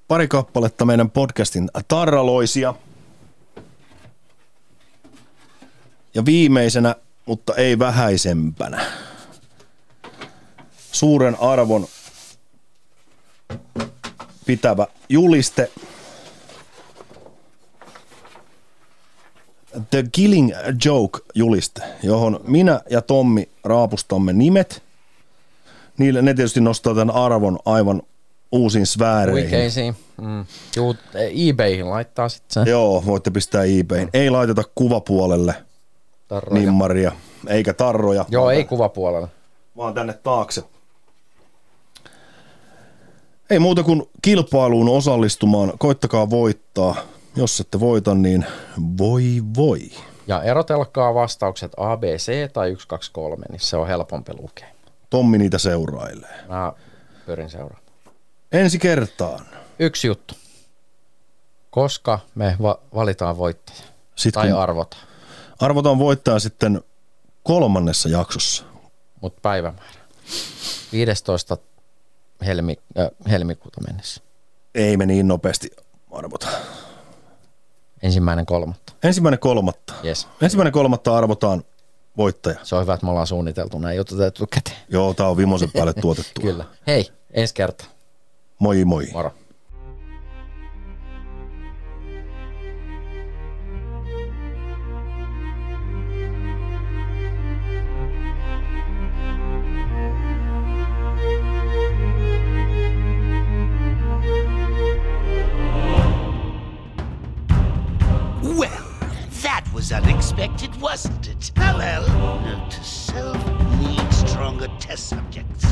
A: pari kappaletta meidän podcastin tarraloisia. Ja viimeisenä, mutta ei vähäisempänä, suuren arvon pitävä juliste. The Killing Joke juliste, johon minä ja Tommi raapustamme nimet. Niille ne tietysti nostaa tämän arvon aivan uusiin sfääreihin.
B: Huikeisiin. Mm. Juu, e, eBayhin laittaa sitten se.
A: Joo, voitte pistää eBayin. Ei laiteta kuvapuolelle
B: tarroja.
A: nimmaria, eikä tarroja,
B: Joo, ei kuvapuolella.
A: vaan tänne taakse. Ei muuta kuin kilpailuun osallistumaan. Koittakaa voittaa. Jos ette voita, niin voi voi.
B: Ja erotelkaa vastaukset ABC tai 123, niin se on helpompi lukea.
A: Tommi niitä seurailee.
B: Mä pyrin seuraamaan.
A: Ensi kertaan.
B: Yksi juttu. Koska me va- valitaan voittaja
A: Sitten
B: tai
A: kun
B: arvotaan,
A: arvotaan voittaa sitten kolmannessa jaksossa.
B: mutta päivämäärä. 15. Helmi, äh, helmikuuta mennessä.
A: Ei me niin nopeasti arvota.
B: Ensimmäinen kolmatta.
A: Ensimmäinen kolmatta.
B: Yes.
A: Ensimmäinen kolmatta arvotaan voittaja.
B: Se on hyvä, että me ollaan suunniteltu näin jutut etukäteen.
A: Joo, tää on vimosen päälle tuotettu.
B: Kyllä. Hei, ensi kerta.
A: Moi moi.
B: Moro.
D: Well, that was unexpected, wasn't it? Well, well, note to self, need stronger test subjects.